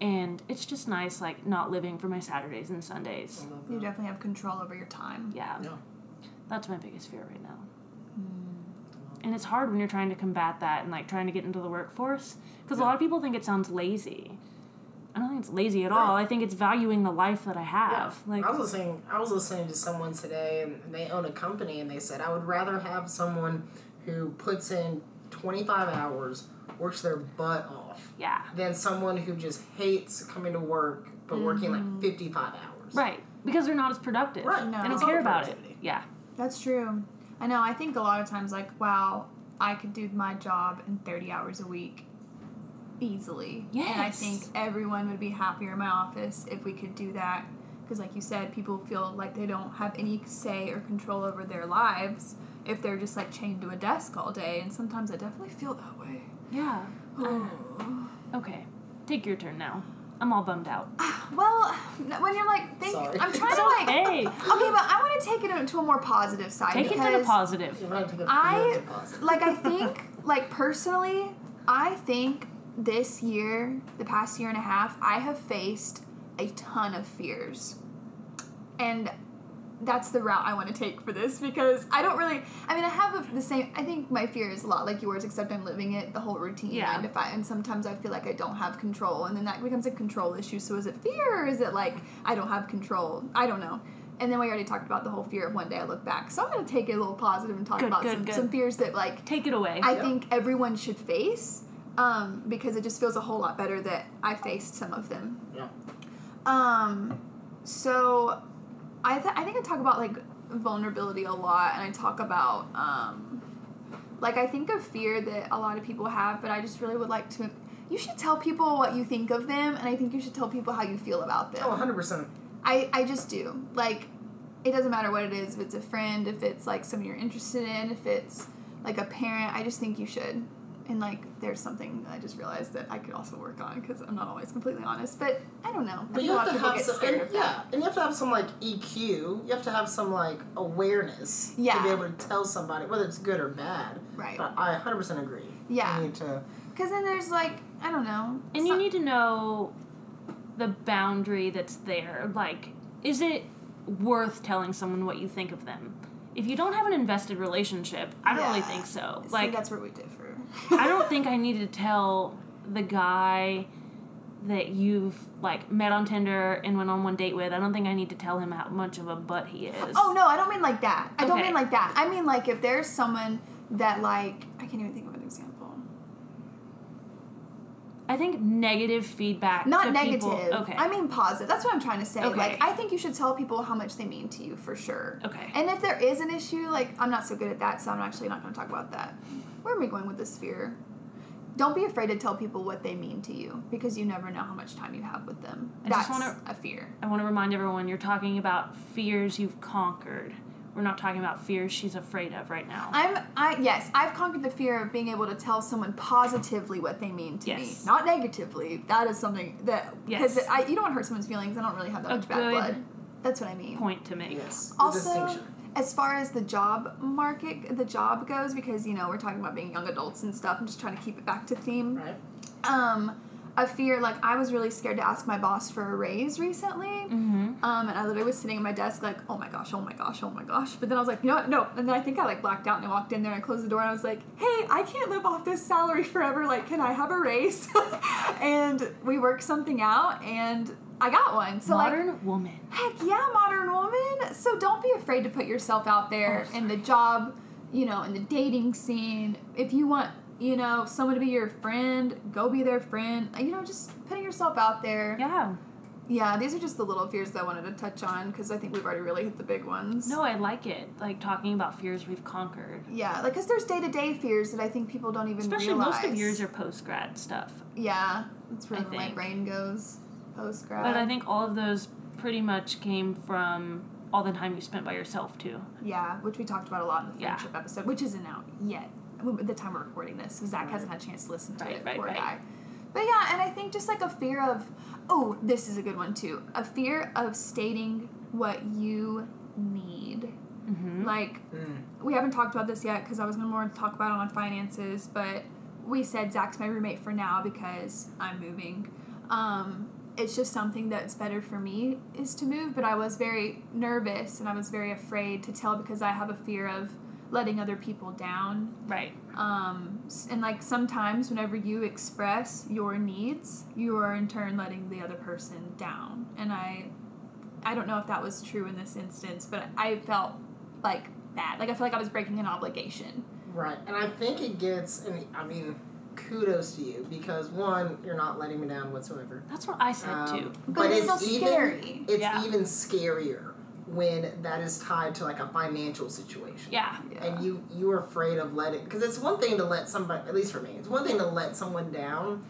A: And it's just nice, like not living for my Saturdays and
C: I
A: Sundays.
C: love
B: You
C: that.
B: definitely have control over your time.
A: Yeah,
C: Yeah.
A: that's my biggest fear right now. And it's hard when you're trying to combat that and like trying to get into the workforce because
C: Yeah.
A: a lot of people think it sounds lazy. I don't think it's lazy at all.
C: Right.
A: I think it's valuing the life that I have. Like,
C: I was listening. I was listening to someone today, and they own a company, and they said I would rather have someone who puts in twenty five hours, works their butt off,
A: yeah,
C: than someone who just hates coming to work but working like fifty five hours.
A: Mm-hmm. right, because they're not as productive.
C: Right.
B: No.
A: They don't
B: It's
C: all
A: care about it.
C: productivity.
A: Yeah,
B: That's true. I know. I think a lot of times, like, wow, I could do my job in 30 hours a week easily. And I
A: Yes.
B: think everyone would be happier in my office if we could do that. Because, like you said, people feel like they don't have any say or control over their lives if they're just like chained to a desk all day. And sometimes I definitely feel that way.
A: yeah. Okay, take your turn now. I'm all bummed
C: [laughs]
A: out.
B: Well, when you're like, think,
C: Sorry.
B: I'm trying to like.
A: Hey,
C: [laughs]
B: Okay, but I want to take it to a more positive side.
A: take it to the
B: because-
A: positive.
C: You're right to the
B: I
C: deposit.
B: like I think [laughs] like personally, I think this year, the past year and a half, I have faced a ton of fears. And that's the route I want to take for this because I don't really I mean I have a, the same I think my fear is a lot like yours except I'm living it the whole routine
A: Yeah.
B: nine to five and sometimes I feel like I don't have control and then that becomes a control issue so is it fear or is it like I don't have control I don't know and then we already talked about the whole fear of one day I look back so I'm gonna take it a little positive and talk
A: Good,
B: about
A: good,
B: some,
A: good.
B: some fears that like
A: Take it away.
B: I think everyone should face um, because it just feels a whole lot better that I faced some of them
C: Yeah.
B: um, so I th- I think I talk about like vulnerability a lot, and I talk about um, like I think of fear that a lot of people have, but I just really would like to. You should tell people what you think of Oh, them, and I think you should tell people how you feel about them.
C: Oh, 100%.
B: I I just do like. it doesn't matter what it is if it's a friend if it's like someone you're interested in if it's like a parent i just think you should and like there's something that i just realized that i could also work on because i'm not always completely honest but i don't know I
C: But
B: think
C: you
B: a lot
C: have
B: of
C: to
B: people get
C: have some,
B: scared
C: and,
B: of that
C: yeah, and you have to have some like EQ. You have to have some like awareness to
B: Yeah.
C: be able to tell somebody whether it's good or bad.
B: Right.
C: But I 100% agree.
B: Yeah.
C: You need to.
B: because then there's like i don't know
A: And you
B: some-
A: need to know the boundary that's there. Like, is it worth telling someone what you think of them? If you don't have an invested relationship, I don't really
B: Yeah.
A: think so.
B: See,
A: Like,
B: that's where we differ
A: I don't think I needed to tell the guy that you've like met on Tinder and went on one date with. I don't think I need to tell him how much of a butt he is.
B: [laughs] Oh no, I don't mean like that. I don't
A: Okay.
B: mean like that. I mean like if there's someone that like I can't even think of an example.
A: I think negative feedback.
B: Not
A: to
B: negative.
A: people- Okay.
B: I mean positive. That's what I'm trying to say.
A: Okay.
B: Like I think you should tell people how much they mean to you for sure.
A: Okay.
B: And if there is an issue, like I'm not so good at that, so I'm actually not going to talk about that. Where am I going with this fear? Don't be afraid to tell people what they mean to you because you never know how much time you have with them.
A: I
B: That's
A: just wanna-
B: a fear.
A: I want to remind everyone you're talking about fears you've conquered. We're not talking about fears she's afraid of right now.
B: I'm I yes, I've conquered the fear of being able to tell someone positively what they mean to me,
A: Yes.
B: not negatively. That is something that because
A: Yes.
B: I you don't want to hurt someone's feelings. I don't really have that
A: A
B: much bad
A: good
B: blood. That's what I mean.
A: Point to make.
C: Yes. the
B: Also,
C: distinction.
B: as far as the job market, the job goes because you know we're talking about being young adults and stuff. I'm just trying to keep it back to theme
C: Right.
B: um a fear like i was really scared to ask my boss for a raise recently
C: Mm-hmm.
B: um and i literally was sitting at my desk like oh my gosh oh my gosh oh my gosh but then i was like you know what no and then i think i like blacked out and i walked in there and i closed the door and i was like hey i can't live off this salary forever like can i have a raise [laughs] and we worked something out and i got one so like
A: Modern woman.
B: Heck yeah, modern woman. So don't be afraid to put yourself out there in the job, you know, in the dating scene. If you want, you know, someone to be your friend, go be their friend. Uh, You know, just putting yourself out there.
A: Yeah.
B: Yeah, these are just the little fears that I wanted to touch on because I think we've already really hit the big ones.
A: No, I like it. Like talking about fears we've conquered.
B: Yeah, like because there's day to day fears that I think people don't even
A: Especially
B: realize.
A: most of yours are post grad stuff.
B: Yeah, that's where
A: I
B: my
A: think.
B: brain goes post grad.
A: But I think all of those pretty much came from all the time you spent by yourself too.
B: Yeah, which we talked about a lot in the
A: Yeah.
B: friendship episode, which isn't out yet. w- At the time we're recording this, because Zach hasn't had a chance to listen to
A: Mm-hmm. Right,
B: it.
A: right,
B: poor
A: right.
B: guy. But yeah, and I think just like a fear of, oh, this is a good one too. A fear of stating what you need.
A: Mm-hmm.
B: Like
C: Mm.
B: we haven't talked about this yet because I was gonna more talk about it on finances, but we said Zach's my roommate for now because I'm moving. Um, it's just something that's better for me is to move, but I was very nervous and I was very afraid to tell because I have a fear of letting other people down.
A: Right.
B: Um, s- and like sometimes whenever you express your needs, you are in turn letting the other person down. And I, I don't know if that was true in this instance, but I felt like bad. Like I feel like I was breaking an obligation.
C: Right. And I think it gets, and I mean, kudos to you because one, you're not letting me down whatsoever.
A: That's what I said too.
C: Um, but,
B: But it's
C: it's,
B: still
C: even
B: scary.
C: it's
A: Yeah.
C: even scarier when that is tied to like a financial situation.
A: Yeah.
C: And you you are afraid of letting because it's one thing to let somebody at least for me it's one thing to let someone down,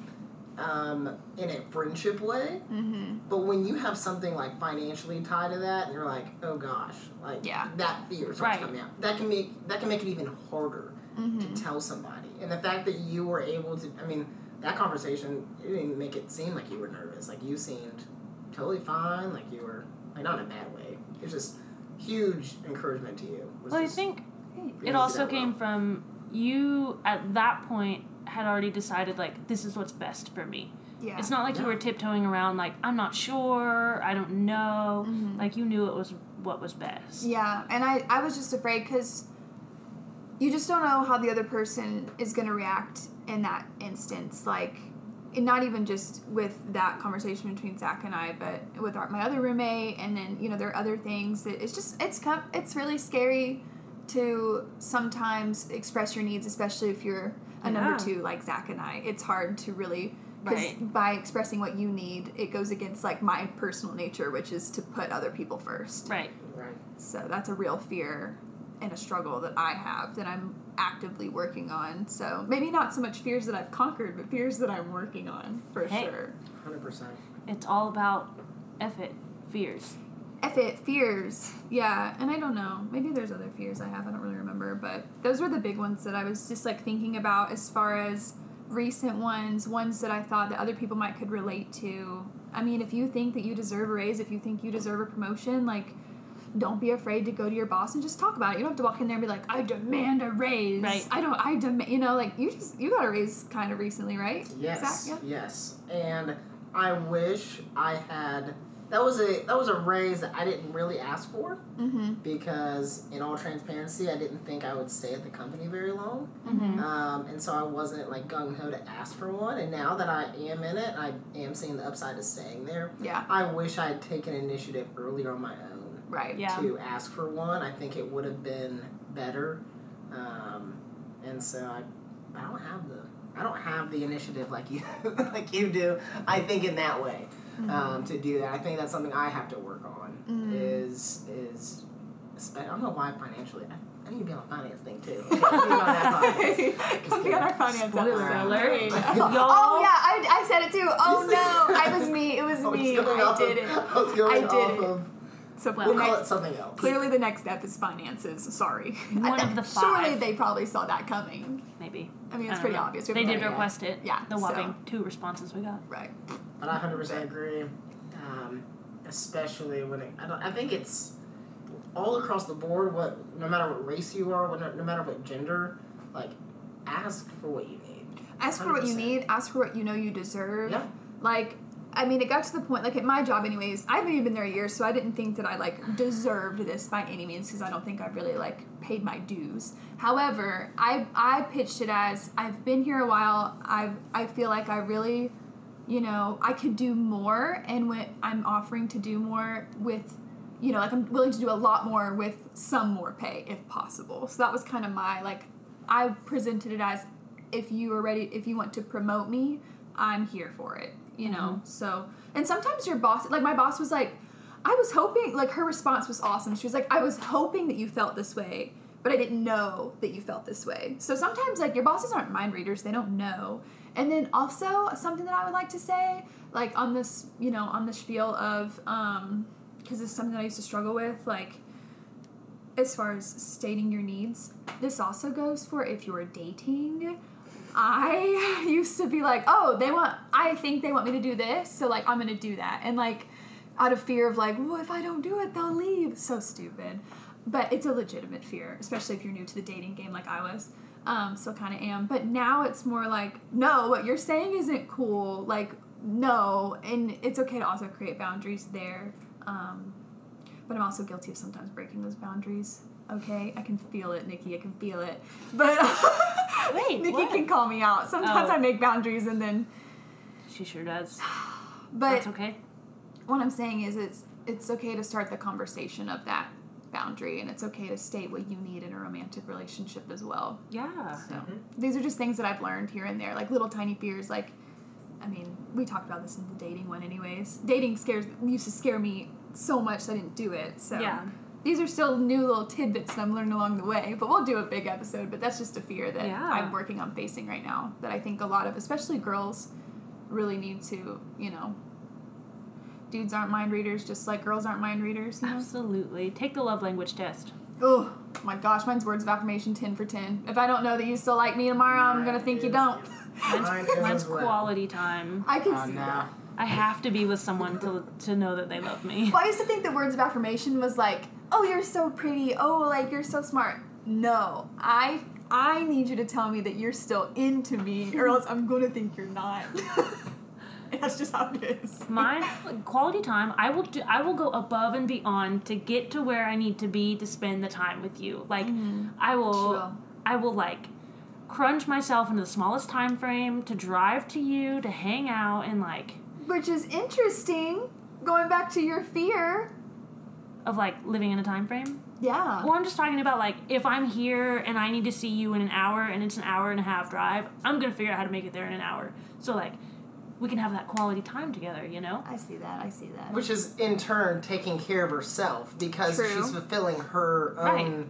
C: um, in a friendship way.
B: Mm-hmm.
C: But when you have something like financially tied to that, and you're like, oh gosh, like
B: Yeah.
C: that fear is
A: Right. Mm-hmm.
C: coming out. That can make that can make it even harder to tell somebody. And the fact that you were able to, I mean, that conversation it didn't make it seem like you were nervous. Like you seemed totally fine. Like you were like not in a bad way. It's just huge encouragement to you. was
A: Well, I
C: just-
A: think
C: you
A: it
C: know,
A: also
C: that
A: came
C: well.
A: from you at that point had already decided like this is what's best for me.
B: Yeah.
A: It's not like you
C: Yeah.
A: were tiptoeing around like I'm not sure, I don't know.
B: Mhm.
A: Like you knew it was what was best.
B: Yeah, and I, I was just afraid because you just don't know how the other person is going to react in that instance. Like, and not even just with that conversation between Zach and I, but with our, my other roommate, and then you know there are other things that it's just it's com- it's really scary to sometimes express your needs, especially if you're
A: Yeah.
B: a number two like Zach and I. It's hard to really. Because
A: Right.
B: by expressing what you need, it goes against like my personal nature, which is to put other people first.
A: Right.
C: Right.
B: So that's a real fear and a struggle that I have that I'm actively working on. So maybe not so much fears that I've conquered, but fears that I'm working on for
A: Hey.
B: sure.
C: Hundred percent.
A: It's all about F it, fears.
B: F it, fears. Yeah, and I don't know. Maybe there's other fears I have. I don't really remember, but those were the big ones that I was just like thinking about as far as recent ones, ones that I thought that other people might could relate to. I mean, if you think that you deserve a raise, if you think you deserve a promotion, like don't be afraid to go to your boss and just talk about it. You don't have to walk in there and be like, "I demand a raise."
A: Right.
B: I don't. I demand. You know, like you just you got a raise kind of recently, right?
C: Yes.
B: Zach,
C: Yes. And I wish I had. That was a that was a raise that I didn't really ask for
B: yeah. Mm-hmm.
C: because, in all transparency, I didn't think I would stay at the company very long.
B: Mm-hmm.
C: Um, and so I wasn't like gung ho to ask for one. And now that I am in it, I am seeing the upside of staying there.
B: Yeah.
C: I wish I had taken initiative earlier on my own
B: Right. [laughs]
A: Yeah.
C: to ask for one. I think it would have been better. Um, and so I, I don't have the I don't have the initiative like you [laughs] like you do. I think in that way
B: Mhm.
C: um, to do that. I think that's something I have to work on.
B: Mm.
C: Is is spe- I don't know why financially. I, I need to be on a finance thing too. Okay, I'll be on that
B: [laughs]
C: podcast.
B: Come be on our finance
A: Spoiler
B: episode.
A: alert. [laughs]
B: Oh yeah, I, I said it too. Oh
C: You said
B: no,
C: it.
B: I was me. It
C: [laughs]
B: was
C: I was
B: me.
C: going
B: I
C: off
B: did
C: [laughs] of,
B: it.
C: I was going
B: I did
C: off
B: it.
C: of.
B: So
A: Well,
B: the
C: We'll call
B: next,
C: it something else.
B: clearly the next step is finances. Sorry.
A: One of the
B: [laughs] Surely
A: five.
B: they probably saw that coming.
A: Maybe.
B: I mean,
A: I
B: it's
A: don't
B: pretty
C: Uh,
A: know.
B: obvious. We
A: They
B: have
A: did
B: no idea.
A: request it.
B: Yeah,
A: The
B: so-
A: whopping two responses we got.
B: Right.
C: But I hundred percent agree. Um, especially when it, I don't. I think it's all across the board. What no matter what race you are, what, no matter what gender, like ask for what you need.
B: Ask for what you
C: 100%.
B: need. Ask for what you know you deserve.
C: Yeah.
B: Like, I mean, it got to the point. Like at my job, anyways, I haven't even been there a year, so I didn't think that I like deserved this by any means because I don't think I've really like paid my dues. However, I I pitched it as I've been here a while. I I feel like I really, you know, I could do more, and when I'm offering to do more with. You know, like I'm willing to do a lot more with some more pay if possible. So that was kind of my like, I presented it as if you are ready if you want to promote me i'm here for it you know so and sometimes your boss like my boss was like i was hoping like her response was awesome she was like i was hoping that you felt this way but i didn't know that you felt this way so sometimes like your bosses aren't mind readers they don't know and then also something that i would like to say like on this you know on the spiel of um because it's something that i used to struggle with like as far as stating your needs, this also goes for if you're dating. I [laughs] used to be like, oh, they want, I think they want me to do this, so like I'm gonna do that. And like out of fear of like, well, if I don't do it, they'll leave. So stupid. But it's a legitimate fear, especially if you're new to the dating game like I was. Um, so kind of am. But now it's more like, no, what you're saying isn't cool. Like, no. And it's okay to also create boundaries there. Um, but I'm also guilty of sometimes breaking those boundaries. Okay, I can feel it, Nikki. I can feel it. But [laughs]
A: Wait,
B: Nikki
A: what?
B: can call me out. Sometimes
A: Oh.
B: I make boundaries and then.
A: She sure does.
B: But
A: That's okay.
B: what I'm saying is, it's it's okay to start the conversation of that boundary, and it's okay to state what you need in a romantic relationship as well.
A: Yeah.
B: So these are just things that I've learned here and there, like little tiny fears. Like, I mean, we talked about this in the dating one, anyways. Dating scares used to scare me so much that I didn't do it. So
A: Yeah.
B: these are still new little tidbits that I'm learning along the way. But we'll do a big episode. But that's just a fear that
A: Yeah.
B: I'm working on facing right now. That I think a lot of, especially girls, really need to, you know. Dudes aren't mind readers, just like girls aren't mind readers. You know?
A: Absolutely. Take the love language test.
B: Oh my gosh, mine's words of affirmation 10 for 10. If I don't know that you still like me tomorrow, I'm gonna think you don't.
C: [laughs] Mine is
A: Mine's
C: as well.
A: quality time.
B: I can
C: Oh
B: see
C: no.
B: that.
A: I have to be with someone to to know that they love me.
B: Well, I used to think that words of affirmation was like, oh, you're so pretty. Oh, like you're so smart. No, I I need you to tell me that you're still into me, or else I'm gonna think you're not. [laughs] And That's just how it is.
A: Mine like, quality time. I will do. I will go above and beyond to get to where I need to be to spend the time with you. Like I will.
B: She will.
A: I will like crunch myself into the smallest time frame to drive to you to hang out and like
B: Which is interesting. Going back to your fear.
A: of like living in a time frame.
B: Yeah.
A: Well, I'm just talking about like if I'm here and I need to see you in an hour and it's an hour and a half drive, I'm gonna figure out how to make it there in an hour. So like we can have that quality time together, you know?
B: I see that. I see that.
C: Which is in turn taking care of herself because
B: True.
C: she's fulfilling her
A: Right.
C: own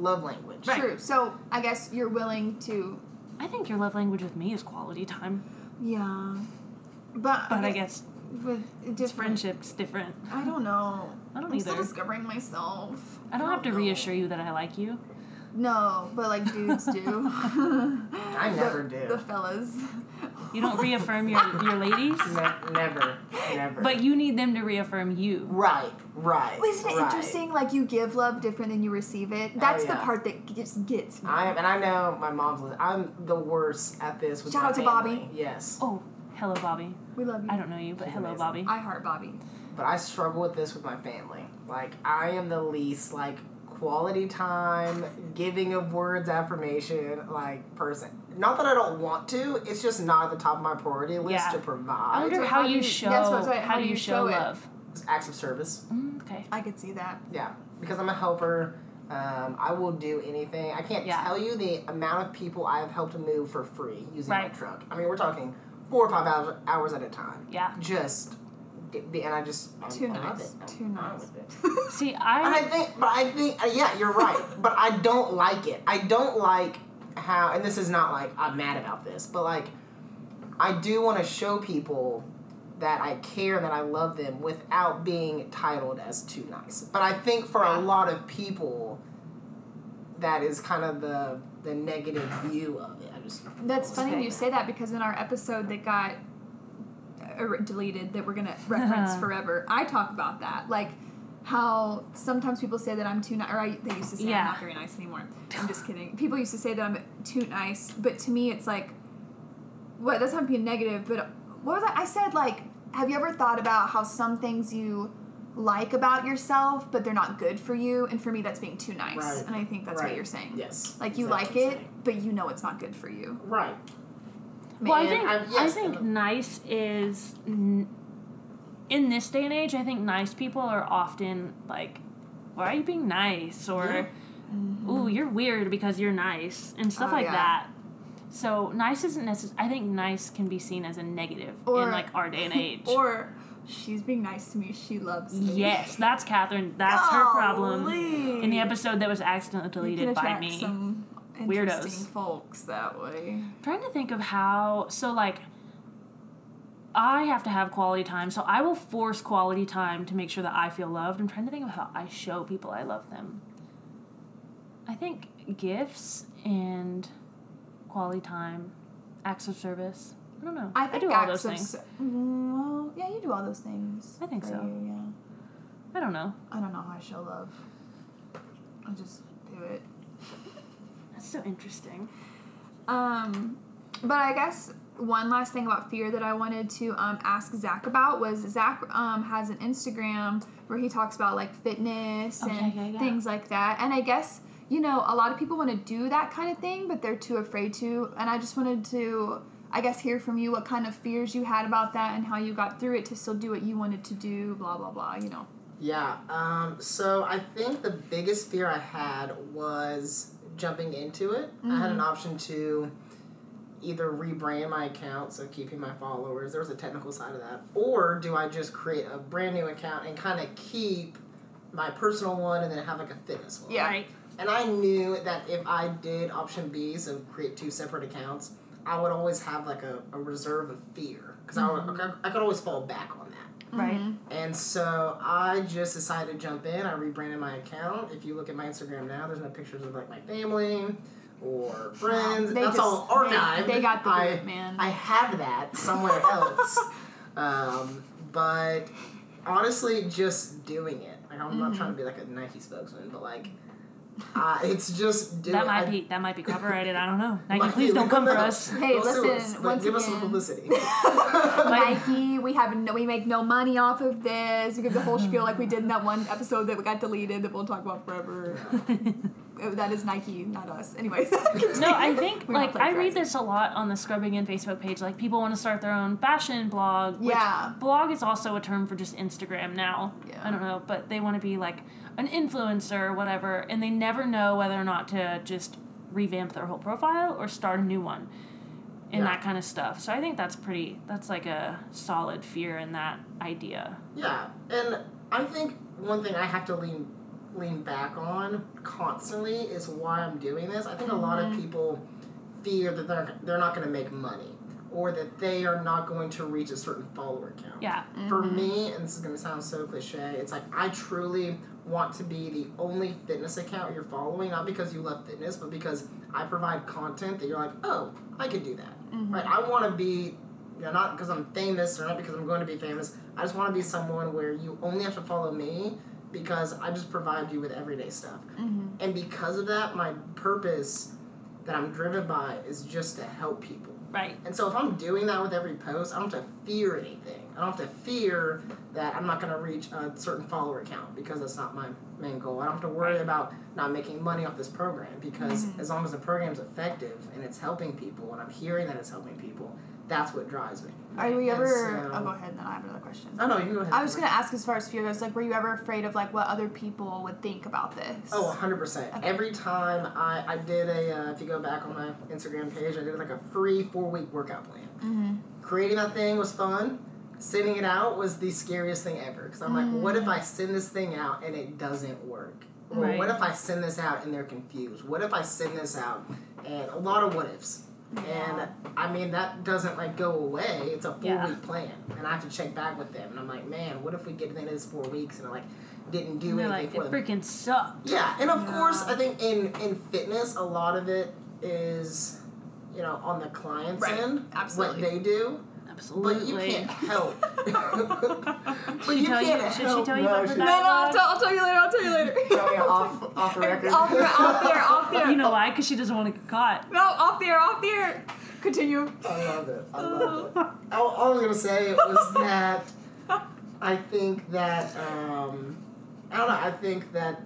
C: love language.
A: Right.
B: True. So I guess you're willing to.
A: I think your love language with me is quality time,
B: Yeah. But,
A: but I guess
B: with different
A: Friendship's different.
B: I don't know.
A: I don't
B: I'm still
A: either.
B: discovering myself.
A: I don't have to
B: know.
A: reassure you that I like you.
B: No, but like dudes
C: [laughs]
B: do. I
C: never
B: the,
C: do.
B: The fellas.
A: You don't reaffirm your, your ladies,
C: Ne- never, never.
A: but you need them to reaffirm you.
C: right, right.
B: Isn't it
C: right. Oh,
B: interesting? Like you give love different than you receive it. That's the
C: yeah.
B: part that just gets me.
C: I am, and I know my mom's. li- I'm the worst at this. With
B: Shout
C: my
B: out to
C: family.
B: Bobby.
C: Yes,
A: Oh, hello, Bobby.
B: we love you.
A: I don't know you, but hello,
C: amazing.
A: Bobby.
B: I heart Bobby.
C: but I struggle with this with my family. Like I am the least like quality time giving of words affirmation like person. Not that I don't want to. It's just not at the top of my priority list
A: Yeah.
C: to
A: I
C: provide
A: wonder
B: So
A: how,
B: how do
A: you
B: you-
A: show
B: that's what I was like,
A: how, do you show,
B: it?
A: love.
C: acts of service.
A: Mm, okay.
B: I could see that.
C: Yeah, because I'm a helper. Um, I will do anything. I can't
A: Yeah.
C: tell you the amount of people I have helped move for free using
A: Right.
C: my truck. I mean, we're talking four or five hours, hours at a time.
A: Yeah.
C: Just, and I just I'm-
B: Too
C: I love
B: nice.
C: it. I'm
B: Too
C: fine
B: nice.
C: with
B: [laughs]
C: it.
A: See,
C: And I
A: I
C: think, but I think, uh, yeah, you're right. but I don't like it. I don't like how, and this is not like I'm mad about this, but like, I do want to show people that I care, that I love them without being titled as too nice. But I think for a lot of people, that is kind of the the negative view of it. I just
B: That's funny
A: Okay.
B: you say that because in our episode that got er- deleted that we're gonna
C: [laughs]
B: reference forever, I talk about that like how sometimes people say that I'm too nice, or I, they used to say
A: Yeah.
B: I'm not very nice anymore. I'm just kidding. People used to say that I'm too nice, but to me it's like, what? That's not being negative, but what was I? I said like, have you ever thought about how some things you like about yourself, but they're not good for you? And for me, that's being too nice,
C: Right.
B: and I think that's
C: Right.
B: what you're saying.
C: Yes,
B: Like you
C: exactly
B: like
C: what I'm
B: it,
C: saying.
B: but you know it's not good for you.
C: right?
A: well, I
C: Man,
A: think
C: I'm-
A: I
C: yes,
A: think
C: I'm-
A: nice is n- in this day and age. I think nice people are often like, "Why are you being nice?" or "Ooh, you're weird because you're nice," and stuff
B: Mm. Oh,
A: like
B: yeah.
A: that. So nice isn't necessary. I think nice can be seen as a negative
B: Or-
A: in like our day
B: [laughs]
A: and age.
B: Or she's being nice to me. She loves me.
A: yes, that's Catherine. That's her problem.
B: Golly.
A: In the episode that was accidentally
B: You
A: deleted
B: can
A: by
B: attract
A: me.
B: Some
A: Weirdos.
B: interesting folks that way.
A: trying to think of how so like I have to have quality time, so I will force quality time to make sure that I feel loved. I'm trying to think of how I show people I love them. I think gifts and quality time, acts of service. I don't know.
B: I think
A: do all
B: acts
A: those
B: of
A: things.
B: s- Mm, well, yeah, you do all those things.
A: I think
B: for
A: so.
B: you, yeah.
A: I don't know.
B: I don't know how I show love. I just do it.
A: That's so interesting.
B: Um, but I guess one last thing about fear that I wanted to um, ask Zach about was Zach um, has an Instagram where he talks about like fitness
A: Oh,
B: and
A: yeah, yeah, yeah.
B: things like that. And I guess, you know, a lot of people want to do that kind of thing, but they're too afraid to. And I just wanted to, I guess, hear from you what kind of fears you had about that and how you got through it to still do what you wanted to do, blah, blah, blah, you know.
C: Yeah. Um, so I think the biggest fear I had was jumping into it. I had an option to either rebrand my account, so keeping my followers. There was a technical side of that, or do I just create a brand new account and kind of keep my personal one and then have like a fitness one?
B: Yeah.
A: Right.
C: And I knew that if I did option B, so create two separate accounts, I would always have like a, a reserve of fear because I, would, I could always fall back on that.
B: Mm-hmm.
A: Right.
C: And so I just decided to jump in. I rebranded my account. If you look at my Instagram now, there's no pictures of like my family or friends.
B: Um, They
C: That's
B: just-
C: all
B: they-
C: archived.
B: they got the
C: I,
B: group, man.
C: I have that somewhere else. um, but honestly, just doing it. Like I'm not trying to be like a Nike spokesman, but like uh, it's just doing.
A: That might
C: I-
A: be that might be copyrighted. I don't know.
C: might
A: Nike,
C: be-
A: please don't
C: [laughs]
A: come for us. [laughs]
B: Hey,
C: Don't sue
B: listen,
C: us, but
B: once
C: give us some
B: again-
C: publicity.
A: Like,
B: Nike, we have no, we make no money off of this. We give
A: [laughs]
B: the whole spiel like we did in that one episode that got deleted that we'll talk
A: [laughs]
B: about forever. Oh, that is Nike, not us. Anyways,
C: [laughs]
A: No, I think
B: We
A: like
B: don't
A: I
B: play
A: read
B: dress.
A: this a lot on the Scrubbing In Facebook page. Like people want to start their own fashion blog. Which
B: [laughs] Yeah.
A: blog is also a term for just Instagram now.
B: Yeah.
A: I don't know, but they want to be like an influencer or whatever, and they never know whether or not to just revamp their whole profile or start a new one, and
C: Yeah.
A: that kind of stuff. So I think that's pretty. That's like a solid fear in that idea.
C: Yeah, and I think one thing I have to lean lean back on constantly is why I'm doing this. I think a lot of people fear that they're they're not going to make money, or that they are not going to reach a certain follower count.
A: Yeah.
C: For me, and this is going to sound so cliche, it's like I truly want to be the only fitness account you're following, not because you love fitness, but because I provide content that you're like, oh, I could do that. Right? I want to be, you know, not because I'm famous or not because I'm going to be famous. I just want to be someone where you only have to follow me because I just provide you with everyday stuff. And because of that, my purpose that I'm driven by is just to help people.
A: Right.
C: And so if I'm doing that with every post, I don't have to fear anything. I don't have to fear that I'm not going to reach a certain follower count because that's not my main goal. I don't have to worry
A: Right.
C: about not making money off this program because
B: Mm-hmm.
C: as long as the program's effective and it's helping people and I'm hearing that it's helping people, that's what drives me.
B: Are we
C: And
B: ever?
C: so-
B: oh, go ahead. Then I have another question.
C: Oh no, you go ahead.
B: I was gonna ask as far as fear goes, like, were you ever afraid of like what other people would think about this?
C: Oh, 100%.
B: Okay.
C: Every time I, I did a, uh, if you go back on my Instagram page, I did like a free four week workout plan.
A: Mm-hmm.
C: Creating that thing was fun. Sending it out was the scariest thing ever. Because I'm like, what if I send this thing out and it doesn't work? Or
A: Mm. Right.
C: what if I send this out and they're confused? What if I send this out? And a lot of what ifs. And I mean, that doesn't like go away. It's a four
A: Yeah.
C: week plan. And I have to check back with them. And I'm like, man, what if we get into this four weeks and it like didn't do
A: And they're
C: anything
A: like, it
C: for them?
A: freaking sucked.
C: Yeah, and of
B: Yeah.
C: course, I think in in fitness, a lot of it is, you know, on the client's
B: Right,
C: end,
B: absolutely.
C: what they do. But
A: Absolutely.
C: you can't
B: [laughs]
C: help. but
A: She
C: you
A: tell you-
C: can't
A: should she
C: help.
A: tell you
C: no,
A: about her
C: she-
B: No, no, I'll, tell, I'll tell you later. I'll tell you later.
A: [laughs]
B: [laughs]
C: tell me off off the record.
B: off, the- off the air, off the air.
A: You know why? Because she doesn't want to get caught.
B: No, off the air, off the air. Continue.
C: I love it. I love it.
B: [laughs]
C: All, all I was gonna say was that I think that um, I don't know. I think that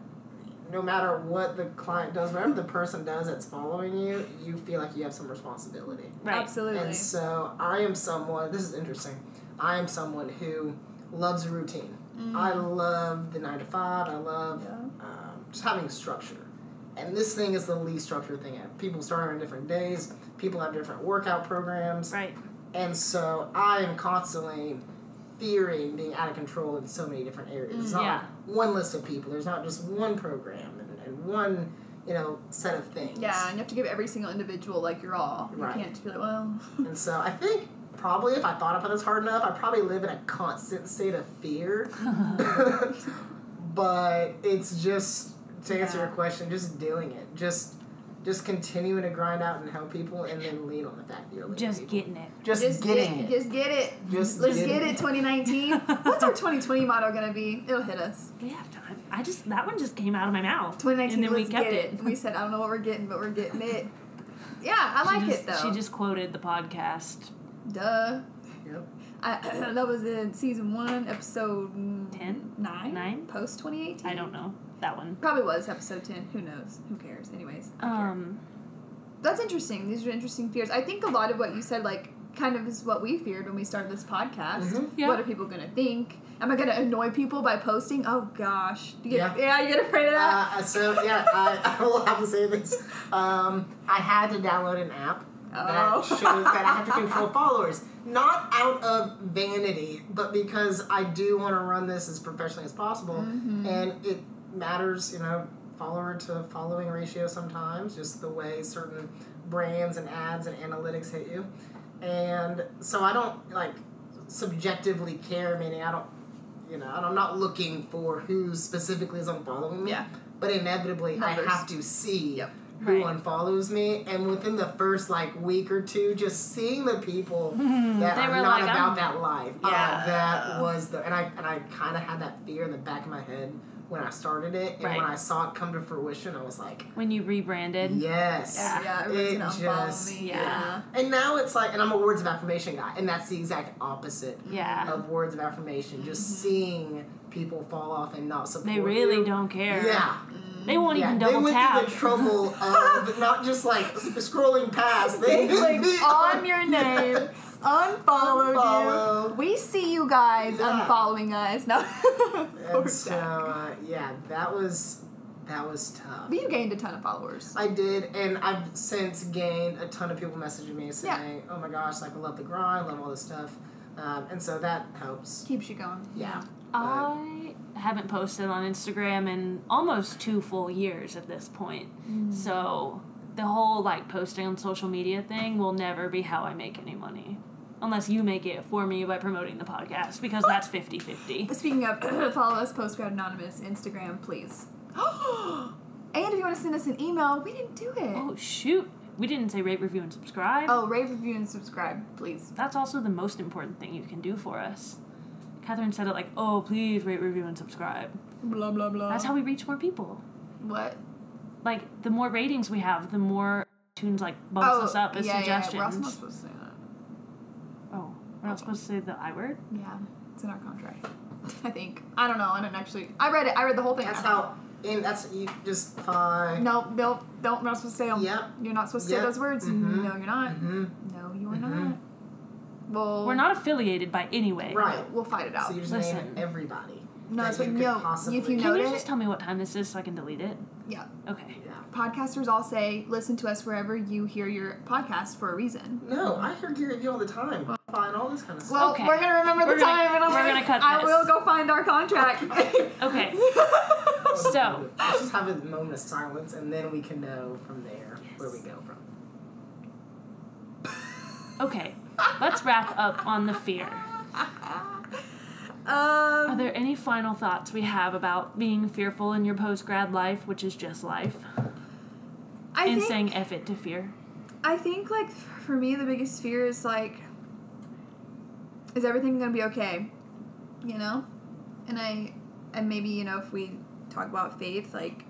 C: no matter what the client does, whatever the person does that's following you, you feel like you have some responsibility.
A: Right.
B: Absolutely.
C: And so I am someone, this is interesting. I am someone who loves routine. I love the nine to five. I love um, just having structure. And this thing is the least structured thing. ever. People start on different days, people have different workout programs.
A: Right.
C: And so I am constantly fearing being out of control in so many different areas. It's not
A: Yeah.
C: like one list of people, there's not just one program and, and one, you know, set of things.
B: Yeah, and you have to give every single individual like your all. You
C: Right.
B: can't just be like, well,
C: And so I think probably if I thought about this hard enough, I probably live in a constant state of fear. but it's just to answer
A: Yeah.
C: your question, just doing it, just just continuing to grind out and help people, and then lean on the fact that you're leading
A: Just
C: people.
A: getting it.
C: just,
B: just
C: getting
B: get,
C: it.
B: just get it.
C: Just
B: Let's
C: getting
B: get it.
A: [laughs]
C: it.
B: 2019. What's our 2020 motto gonna be? It'll hit us.
A: We have time. I just that one just came out of my mouth.
B: 2019.
A: and then we
B: let's
A: kept
B: get it. We said, I don't know what we're getting, but we're getting
A: [laughs]
B: it. Yeah, I
A: She
B: like
A: just-
B: it though.
A: She just quoted the podcast.
B: Duh.
C: Yep.
B: I, [clears throat] that was in season one, episode
A: Ten?
B: nine,
A: Nine?
B: post 2018.
A: I don't know that one.
B: Probably was episode 10. Who knows? Who cares? Anyways. I don't care.
A: Um,
B: That's interesting. These are interesting fears. I think a lot of what you said, like, kind of is what we feared when we started this podcast.
C: Mhm.
A: Yeah.
B: What are people going to think? Am I going to annoy people by posting? Oh, gosh. You get,
C: Yeah.
B: yeah. you get afraid of that?
C: Uh, so yeah, I, I will have to say this. Um, I had to download an app
B: Oh.
C: that shows that I have to control followers, not out of vanity, but because I do want to run this as professionally as possible, and it matters, you know, follower to following ratio sometimes, just the way certain brands and ads and analytics hit you, and so I don't like subjectively care, meaning I don't. You know, and I'm not looking for who specifically is unfollowing me
B: Yeah.
C: but inevitably
B: Numbers.
C: I have to see
B: Yep.
C: who
A: Right.
C: unfollows me. And within the first like week or two, just seeing the people
A: [laughs]
C: that
A: They
C: are
A: were
C: not
A: like,
C: about
A: "I'm-"
C: that life, uh,
B: Yeah.
C: that was the and I and I kind of had that fear in the back of my head when I started it, and
A: Right.
C: when I saw it come to fruition, I was like,
A: when you rebranded.
C: yes,
B: Yeah, everyone's
C: it
B: going to
C: just-
B: unfollow me.
A: yeah.
C: And now it's like, and I'm a words of affirmation guy, and that's the exact opposite
A: Yeah.
C: of words of affirmation. Just
B: Mm-hmm.
C: seeing people fall off and not support.
A: They really
C: you.
A: don't care.
C: Yeah,
A: They won't
C: Yeah,
A: even
C: they
A: double
C: went
A: tap.
C: through the trouble
A: [laughs]
C: of not just like sp- scrolling past. [laughs] They,
B: They clicked on your name, unfollowed you.
C: Uh, [laughs] Unfollow.
B: We see you guys
C: Yeah.
B: unfollowing us. No. [laughs] Poor
C: And so
B: Zach.
C: uh, yeah, that was that was tough.
B: But you gained a ton of followers.
C: I did, and I've since gained a ton of people messaging me
B: Yeah.
C: saying, "Oh my gosh, like I love the grind, love all this stuff," um, and so that helps.
B: Keeps you going.
C: Yeah. but-
A: I haven't
B: Mm.
A: posted on Instagram in almost two full years at this point. So the whole like posting on social media thing will never be how I make any money. Unless you make it for me by promoting the podcast, because that's 50 50.
B: Speaking of, [clears throat] follow us, Postgrad Anonymous, Instagram, please. [gasps] and if you want to send us an email, we didn't do it.
A: Oh, shoot. We didn't say rate, review, and subscribe.
B: Oh, rate, review, and subscribe, please.
A: That's also the most important thing you can do for us. Catherine said it like, oh, please rate, review, and subscribe.
B: Blah, blah, blah.
A: That's how we reach more people.
B: What?
A: Like, the more ratings we have, the more tunes like bumps us up as
B: Oh, yeah, yeah,
A: suggestions.
B: Yeah, We're also not supposed to say that.
A: Oh, we're not supposed to say the I word?
B: Yeah, it's in our contract. [laughs] I think. I don't know. I don't actually. I read it. I read the whole thing.
C: That's how. And that's you just fine.
B: No, don't, don't. We're not supposed to say them.
C: Yep.
B: You're not supposed to
C: Yep.
B: say those words.
C: Mhm.
B: No, you're not.
C: hmm
B: No, you are
C: Mhm.
B: not. Well,
A: We're not affiliated by any way.
C: Right.
B: We'll fight it out.
C: So you're just
A: Listen.
C: naming everybody.
B: no,
C: that
B: that's what.
C: you could
B: No,
C: possibly-
B: if you
A: Can
B: know
A: you
B: it,
A: just tell me what time this is so I can delete it?
B: yeah.
A: Okay.
C: Yeah.
B: Podcasters all say listen to us wherever you hear your podcast for a reason.
C: No, I hear Gary Vee all the time. Find all this kind of stuff.
B: Well,
A: Okay.
B: we're gonna remember
A: We're
B: the
A: gonna-
B: time, and I'm
A: we're gonna cut
B: I
A: this.
B: will go find our contract.
A: Okay.
B: [laughs]
A: So-
C: Let's just have a moment of silence, and then we can know from there where we go from.
A: Okay.
B: [laughs]
A: Let's wrap up on the fear. Are
B: um,
A: there any final thoughts we have about being fearful in your post grad life, which is just life,
B: I
A: and
B: think
A: saying F it to fear?
B: I think like for me the biggest fear is like, is everything gonna be okay, you know, and I and maybe you know if we talk about faith like,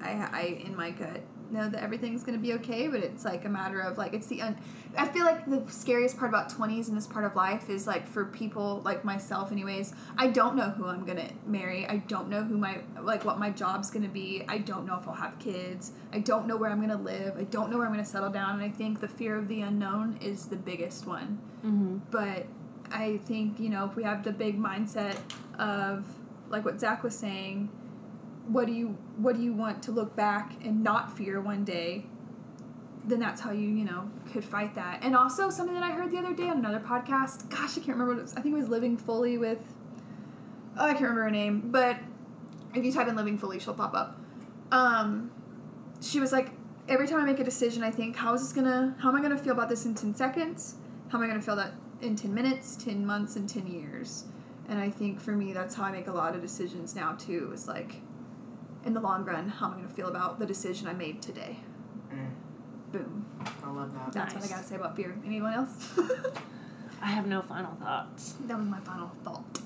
B: I I in my gut know that everything's gonna be okay, but it's like a matter of like it's the un- I feel like the scariest part about 20s and this part of life is like for people like myself anyways, I don't know who I'm going to marry. I don't know who my like what my job's going to be. I don't know if I'll have kids. I don't know where I'm going to live. I don't know where I'm going to settle down and I think the fear of the unknown is the biggest one.
A: Mm-hmm.
B: But I think, you know, if we have the big mindset of like what Zach was saying, what do you what do you want to look back and not fear one day? Then that's how you, you know, could fight that. And also something that I heard the other day on another podcast, gosh, I can't remember what it was. I think it was Living Fully with oh, I can't remember her name, but if you type in Living Fully, she'll pop up. Um she was like every time I make a decision, I think, how is this gonna how am I gonna feel about this in 10 seconds? how am I going to feel that in 10 minutes, 10 months, and 10 years? And I think for me, that's how I make a lot of decisions now, too, is like, in the long run, how am I going to feel about the decision I made today?
C: Mm.
B: Boom.
C: I love that.
B: That's what I
A: Nice.
B: got to say about fear. Anyone else? [laughs] that
A: I have no final thoughts.
B: was my final thought.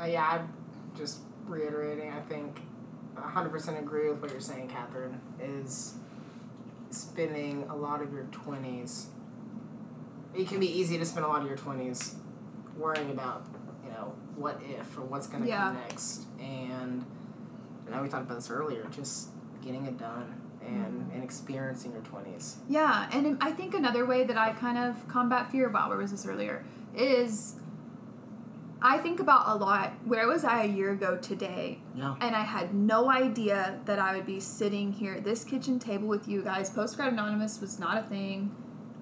C: Uh, yeah, I'm just reiterating. I think 100% agree with what you're saying, Catherine. Is spending a lot of your 20s. It can be easy to spend a lot of your 20s worrying about, you know, what if or what's going to
B: Yeah.
C: come next. And I know we talked about this earlier. Just getting it done and
B: Mm-hmm.
C: and experiencing your 20s.
B: Yeah, and I think another way that I kind of combat fear, wow, where was this earlier, is I think about a lot, where was I a year ago today?
C: Yeah.
B: and I had no idea that I would be sitting here at this kitchen table with you guys. Postgrad Anonymous was not a thing.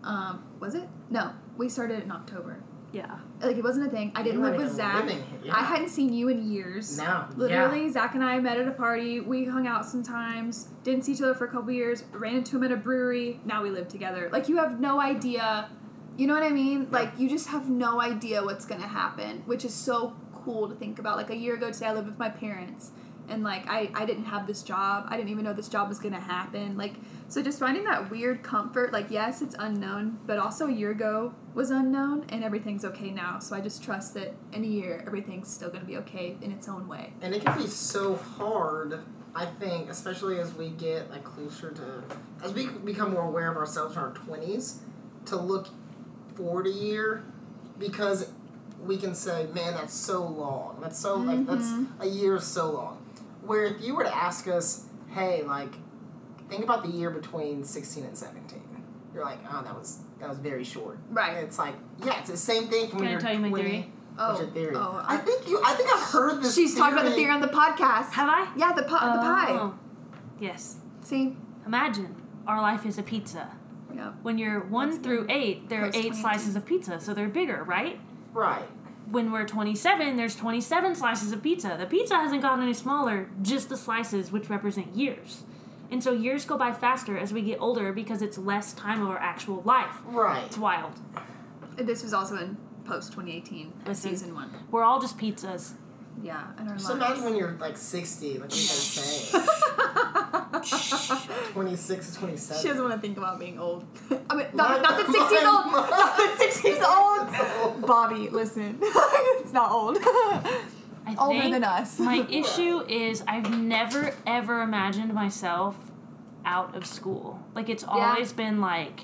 B: Um, was it? No, we started in October.
A: Yeah.
B: Like it wasn't a thing. I didn't live with Zach. I hadn't seen you in years.
C: No.
B: Literally, Zach and I met at a party. We hung out sometimes. Didn't see each other for a couple years. Ran into him at a brewery. Now we live together. Like you have no idea. You know what I mean? Like you just have no idea what's gonna happen, which is so cool to think about. Like a year ago today, I lived with my parents, and like I I didn't have this job. I didn't even know this job was gonna happen. Like so, just finding that weird comfort. Like yes, it's unknown, but also a year ago was unknown, and everything's okay now. So I just trust that in a year, everything's still gonna be okay in its own way.
C: And it can be so hard, I think, especially as we get like closer to as we become more aware of ourselves in our twenties, to look forward a year because we can say, Man, that's so long. That's so like that's
A: Mm-hmm.
C: a year is so long. Where if you were to ask us, hey, like think about the year between sixteen and seventeen, you're like, Oh, that was that was very short.
B: Right.
C: And it's like, yeah, it's the same thing from
A: Can I
C: when you're
A: tell you my
C: 20.
A: theory?
C: What's
B: Oh,
C: your theory?
B: oh,
C: I
B: I-
C: think you I think I've heard this
B: She's talking about the theory on the podcast.
A: Have I?
B: yeah, the pot, the pie.
A: Oh. Yes.
B: See,
A: Imagine our life is a pizza.
B: yeah,
A: When you're one
B: That's
A: through eight, there are
B: Post
A: eight
B: 22.
A: slices of pizza, so they're bigger, right?
C: Right.
A: When we're 27, there's 27 slices of pizza. The pizza hasn't gotten any smaller, just the slices, which represent years. And so years go by faster as we get older because it's less time of our actual life.
C: Right.
A: It's wild.
B: This was also in post 2018
A: Listen.
B: season one.
A: We're all just pizzas.
B: Yeah, and our
C: So
B: lives. [laughs]
C: imagine when you're like 60, like what are you guys saying? 26 to 27.
B: she doesn't want to think about being old. I mean, not, not that six years old. Not that six years old. Bobby, listen, [laughs] it's not old. [laughs]
A: I
B: Older
A: think
B: than us. [laughs]
A: my issue is I've never ever imagined myself out of school. Like it's
B: Yeah.
A: always been like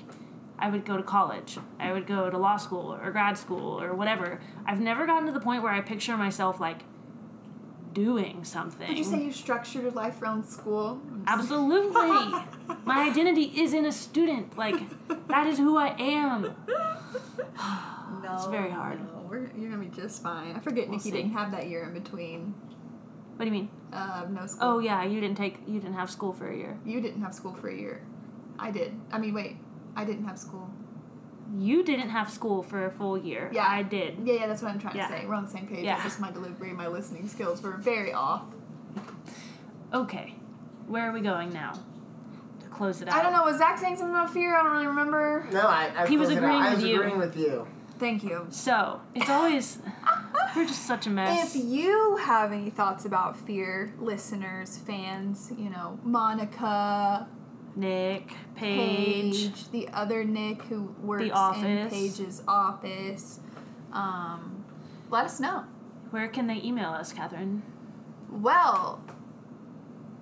A: I would go to college, I would go to law school or grad school or whatever. I've never gotten to the point where I picture myself like doing something. [laughs]
B: Did you say you structured your life around school? [laughs]
A: Absolutely. My identity is in a student. Like that is who I am.
B: No,
A: It's very hard.
B: no, we're, you're gonna be just fine. I forget
A: We'll
B: Nikki
A: see.
B: didn't have that year in between.
A: What do you mean?
B: Uh, no school.
A: Oh yeah, you didn't take you didn't have school for a year.
B: you didn't have school for a year. I did. I mean, wait, I didn't have school.
A: You didn't have school for a full year.
B: Yeah.
A: I did.
B: Yeah, yeah, that's what I'm trying
A: Yeah.
B: to say. We're on the same page.
A: Yeah.
B: Just my delivery, my listening skills were very off.
A: Okay, where are we going now? To close it out.
B: I don't know. Was Zach saying something about fear? I don't really remember.
C: [laughs] No, I, I
A: He was
C: figured it out.
A: agreeing
C: I
A: with
C: was
A: you.
C: agreeing with you.
A: [laughs]
B: Thank you.
A: So it's always we're just such a mess.
B: If you have any thoughts about fear, listeners, fans, you know, Monica,
A: Nick, Paige,
B: Paige, the other Nick who works in
A: office.
B: Paige's office, um, let us know.
A: where can they email us, Catherine?
B: Well,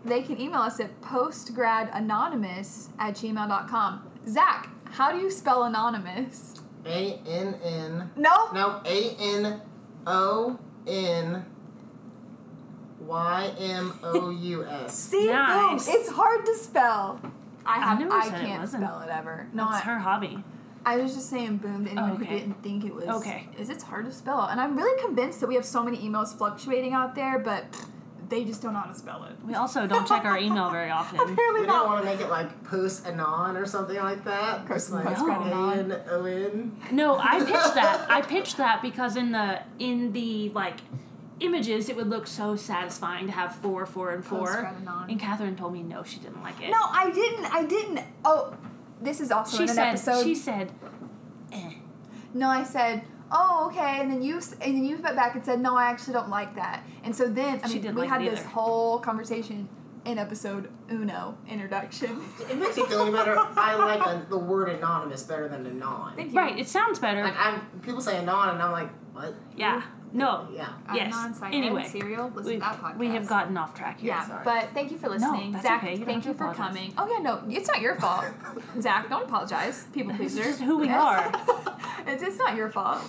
B: they can email us at postgradanonymous at gmail.com. Zach, how do you spell anonymous?
C: A N N.
B: No?
C: No, A N O N Y M O U
B: [laughs]
C: S.
B: See,
A: Nice.
B: boom. It's hard to spell. I have.
A: never
B: I
A: said it
B: can't
A: wasn't.
B: spell it ever. No,
A: It's
B: I,
A: her hobby.
B: I was just saying boom to anyone who
A: Okay.
B: didn't think it was.
A: Okay.
B: Is it's hard to spell, and I'm really convinced that we have so many emails fluctuating out there, but pfft, they just don't know how to spell it.
A: We also don't check our email
B: [laughs]
A: very often.
C: We
B: Apparently
C: don't
B: not.
C: want to make it like post anon or something like that. Just like
B: Post
A: anon.
C: A N O N.
A: No, I pitched that. I pitched that because in the in the like images, it would look so satisfying to have four, four, and four.
B: Postgradanon.
A: And Catherine told me no, she didn't like it.
B: No, I didn't. I didn't. Oh, this is also
A: she
B: in an
A: said.
B: episode.
A: She said. Eh.
B: No, I said, oh, okay. And then you s- and then you went back and said, no, I actually don't like that. And so then I
A: She
B: mean,
A: didn't
B: we
A: like
B: had
A: it
B: this
A: either.
B: whole conversation in episode Uno introduction.
C: It makes me feel any better. I like a, the word anonymous better than anon.
B: Thank you.
A: Right. It sounds better.
C: Like I'm, people say anon, and I'm like, what?
A: yeah. No.
C: Yeah.
A: [laughs]
B: I'm
A: Yes.
B: non-science
A: Anyway,
B: serial. Listen
A: We,
B: to that podcast.
A: we have gotten off track here.
B: Yeah,
C: sorry.
B: but thank you for listening,
A: that's
B: Zach.
A: okay. You don't
B: thank
A: have
B: you
A: to
B: for
A: apologize.
B: coming. Oh yeah, no, it's not
A: [laughs]
B: your fault, Zach. Don't apologize, people
A: This
B: pleaser.
A: is just who we
B: Yes.
A: are.
B: [laughs] it's, it's not your fault.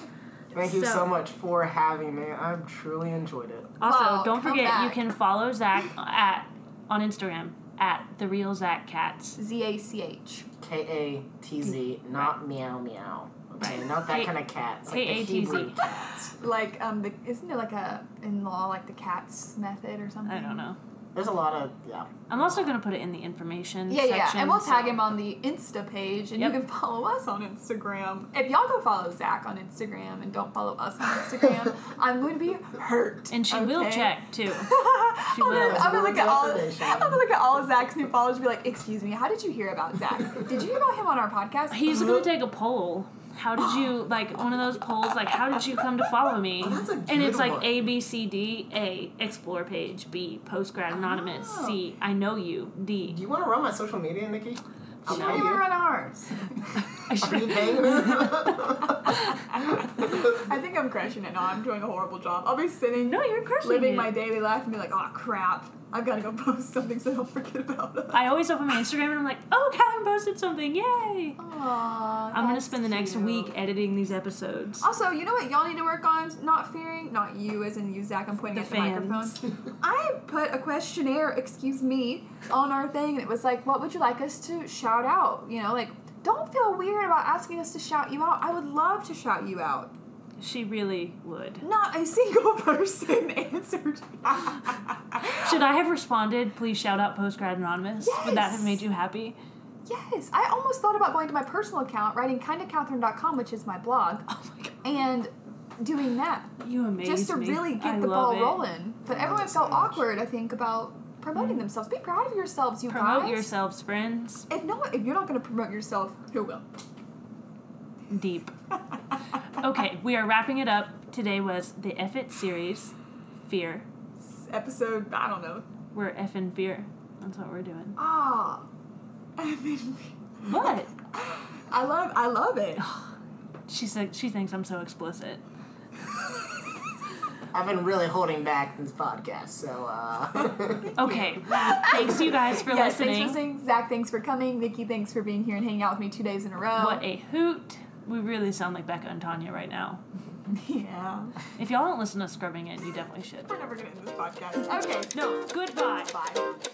C: Thank you
A: So-
C: so much for having me. I've truly enjoyed it.
A: Also,
B: Well,
A: don't
B: come
A: forget you
B: back.
A: can follow Zach at on Instagram at the real Zach Cats.
B: Z A C H.
C: K A T Z, not meow meow. Okay,
A: Right.
C: not that
A: K-
C: kind of cats. Like the
A: K-A-T-Z.
C: Hebrew cats.
B: Like um, the, isn't there like a in law like the cat's method or something?
A: I don't know.
C: There's a lot of yeah.
A: I'm also gonna put it in the information
B: Yeah,
A: section.
B: yeah, and we'll tag
A: so-
B: him on the Insta page, and
A: Yep.
B: you can follow us on Instagram. If y'all go follow Zach on Instagram and don't follow us on
A: [laughs]
B: Instagram, I'm going to be hurt.
A: And she will
B: okay? [laughs]
A: check too. She
B: I'm
A: will.
B: gonna, I'm gonna look at all.
C: Information.
B: I'm gonna look at all of Zach's new followers and be like, "Excuse me, how did you hear about Zach? Did you hear about him on our podcast?
A: He's
B: [laughs]
A: gonna take a poll. How did you like one of those polls? Like, how did you come to follow me?
C: Oh, that's a
A: and
C: good
A: it's like
C: one.
A: A B C D A explore page B postgrad anonymous
B: Oh.
A: C I know you
C: Do
A: D.
C: you want to run my social media, Nikki?
B: She
C: I'll
B: don't
C: pay
B: even
C: you.
B: run ours.
A: I
C: Are you
A: should-
C: paying
B: I
C: me?
B: think I'm crushing it now. I'm doing a horrible job. I'll be
A: [laughs]
B: sitting,
A: No, you're crushing
B: [laughs] living
A: it.
B: my daily life, and be like, "Oh crap, I've got to go [laughs] post something so I don't forget about us."
A: I always open my Instagram and I'm like, oh, Catherine posted something! Yay!
B: [laughs] Aw,
A: I'm gonna
B: that's
A: spend the next
B: cute.
A: week editing these episodes.
B: Also, you know what y'all need to work on? Not fearing, not you as in you, Zach. I'm pointing
A: The
B: at the
A: fans.
B: microphone. I put a questionnaire, excuse me, on our thing, and it was like, what would you like us to shout out? You know, like, don't feel weird about asking us to shout you out. I would love to shout you out.
A: She really would.
B: Not a [laughs] single person [laughs] answered.
A: Should I have responded? Please shout out postgrad anonymous. Would that have
B: Yes.
A: made you happy? [laughs]
B: yes, I almost thought about going to my personal account, writing kindacatherine.com, which is my blog,
A: Oh my god,
B: and doing that.
A: you amazed
B: just to
A: me.
B: really get
A: I
B: the
A: love
B: ball
A: it.
B: rolling. But everyone
C: so
B: felt
C: much.
B: awkward, I think, about promoting themselves. Be proud of yourselves, you
A: Mm. Promote
B: guys.
A: yourselves, friends.
B: If no, one- if you're not going to promote yourself,
A: [laughs]
B: who will?
A: Deep. Okay, we are wrapping it up. Today was the F It series, Fear.
B: Episode, I don't know.
A: We're F in Fear. That's what we're doing.
B: Ah, [laughs]
A: What?
B: I love, I love it.
A: She said she thinks I'm so explicit.
C: [laughs] I've been really holding back this podcast, so uh, [laughs]
A: Okay. Thanks you guys for
B: [laughs] yes,
A: listening.
B: thanks for listening. Zach, thanks for coming. Nikki, thanks for being here and hanging out with me two days in a row.
A: What a hoot. We really sound like Becca and Tanya right now.
B: [laughs] Yeah.
A: If y'all don't listen to Scrubbing It, you definitely should.
B: We're never going to end this podcast. Okay.
A: No, goodbye.
B: Bye.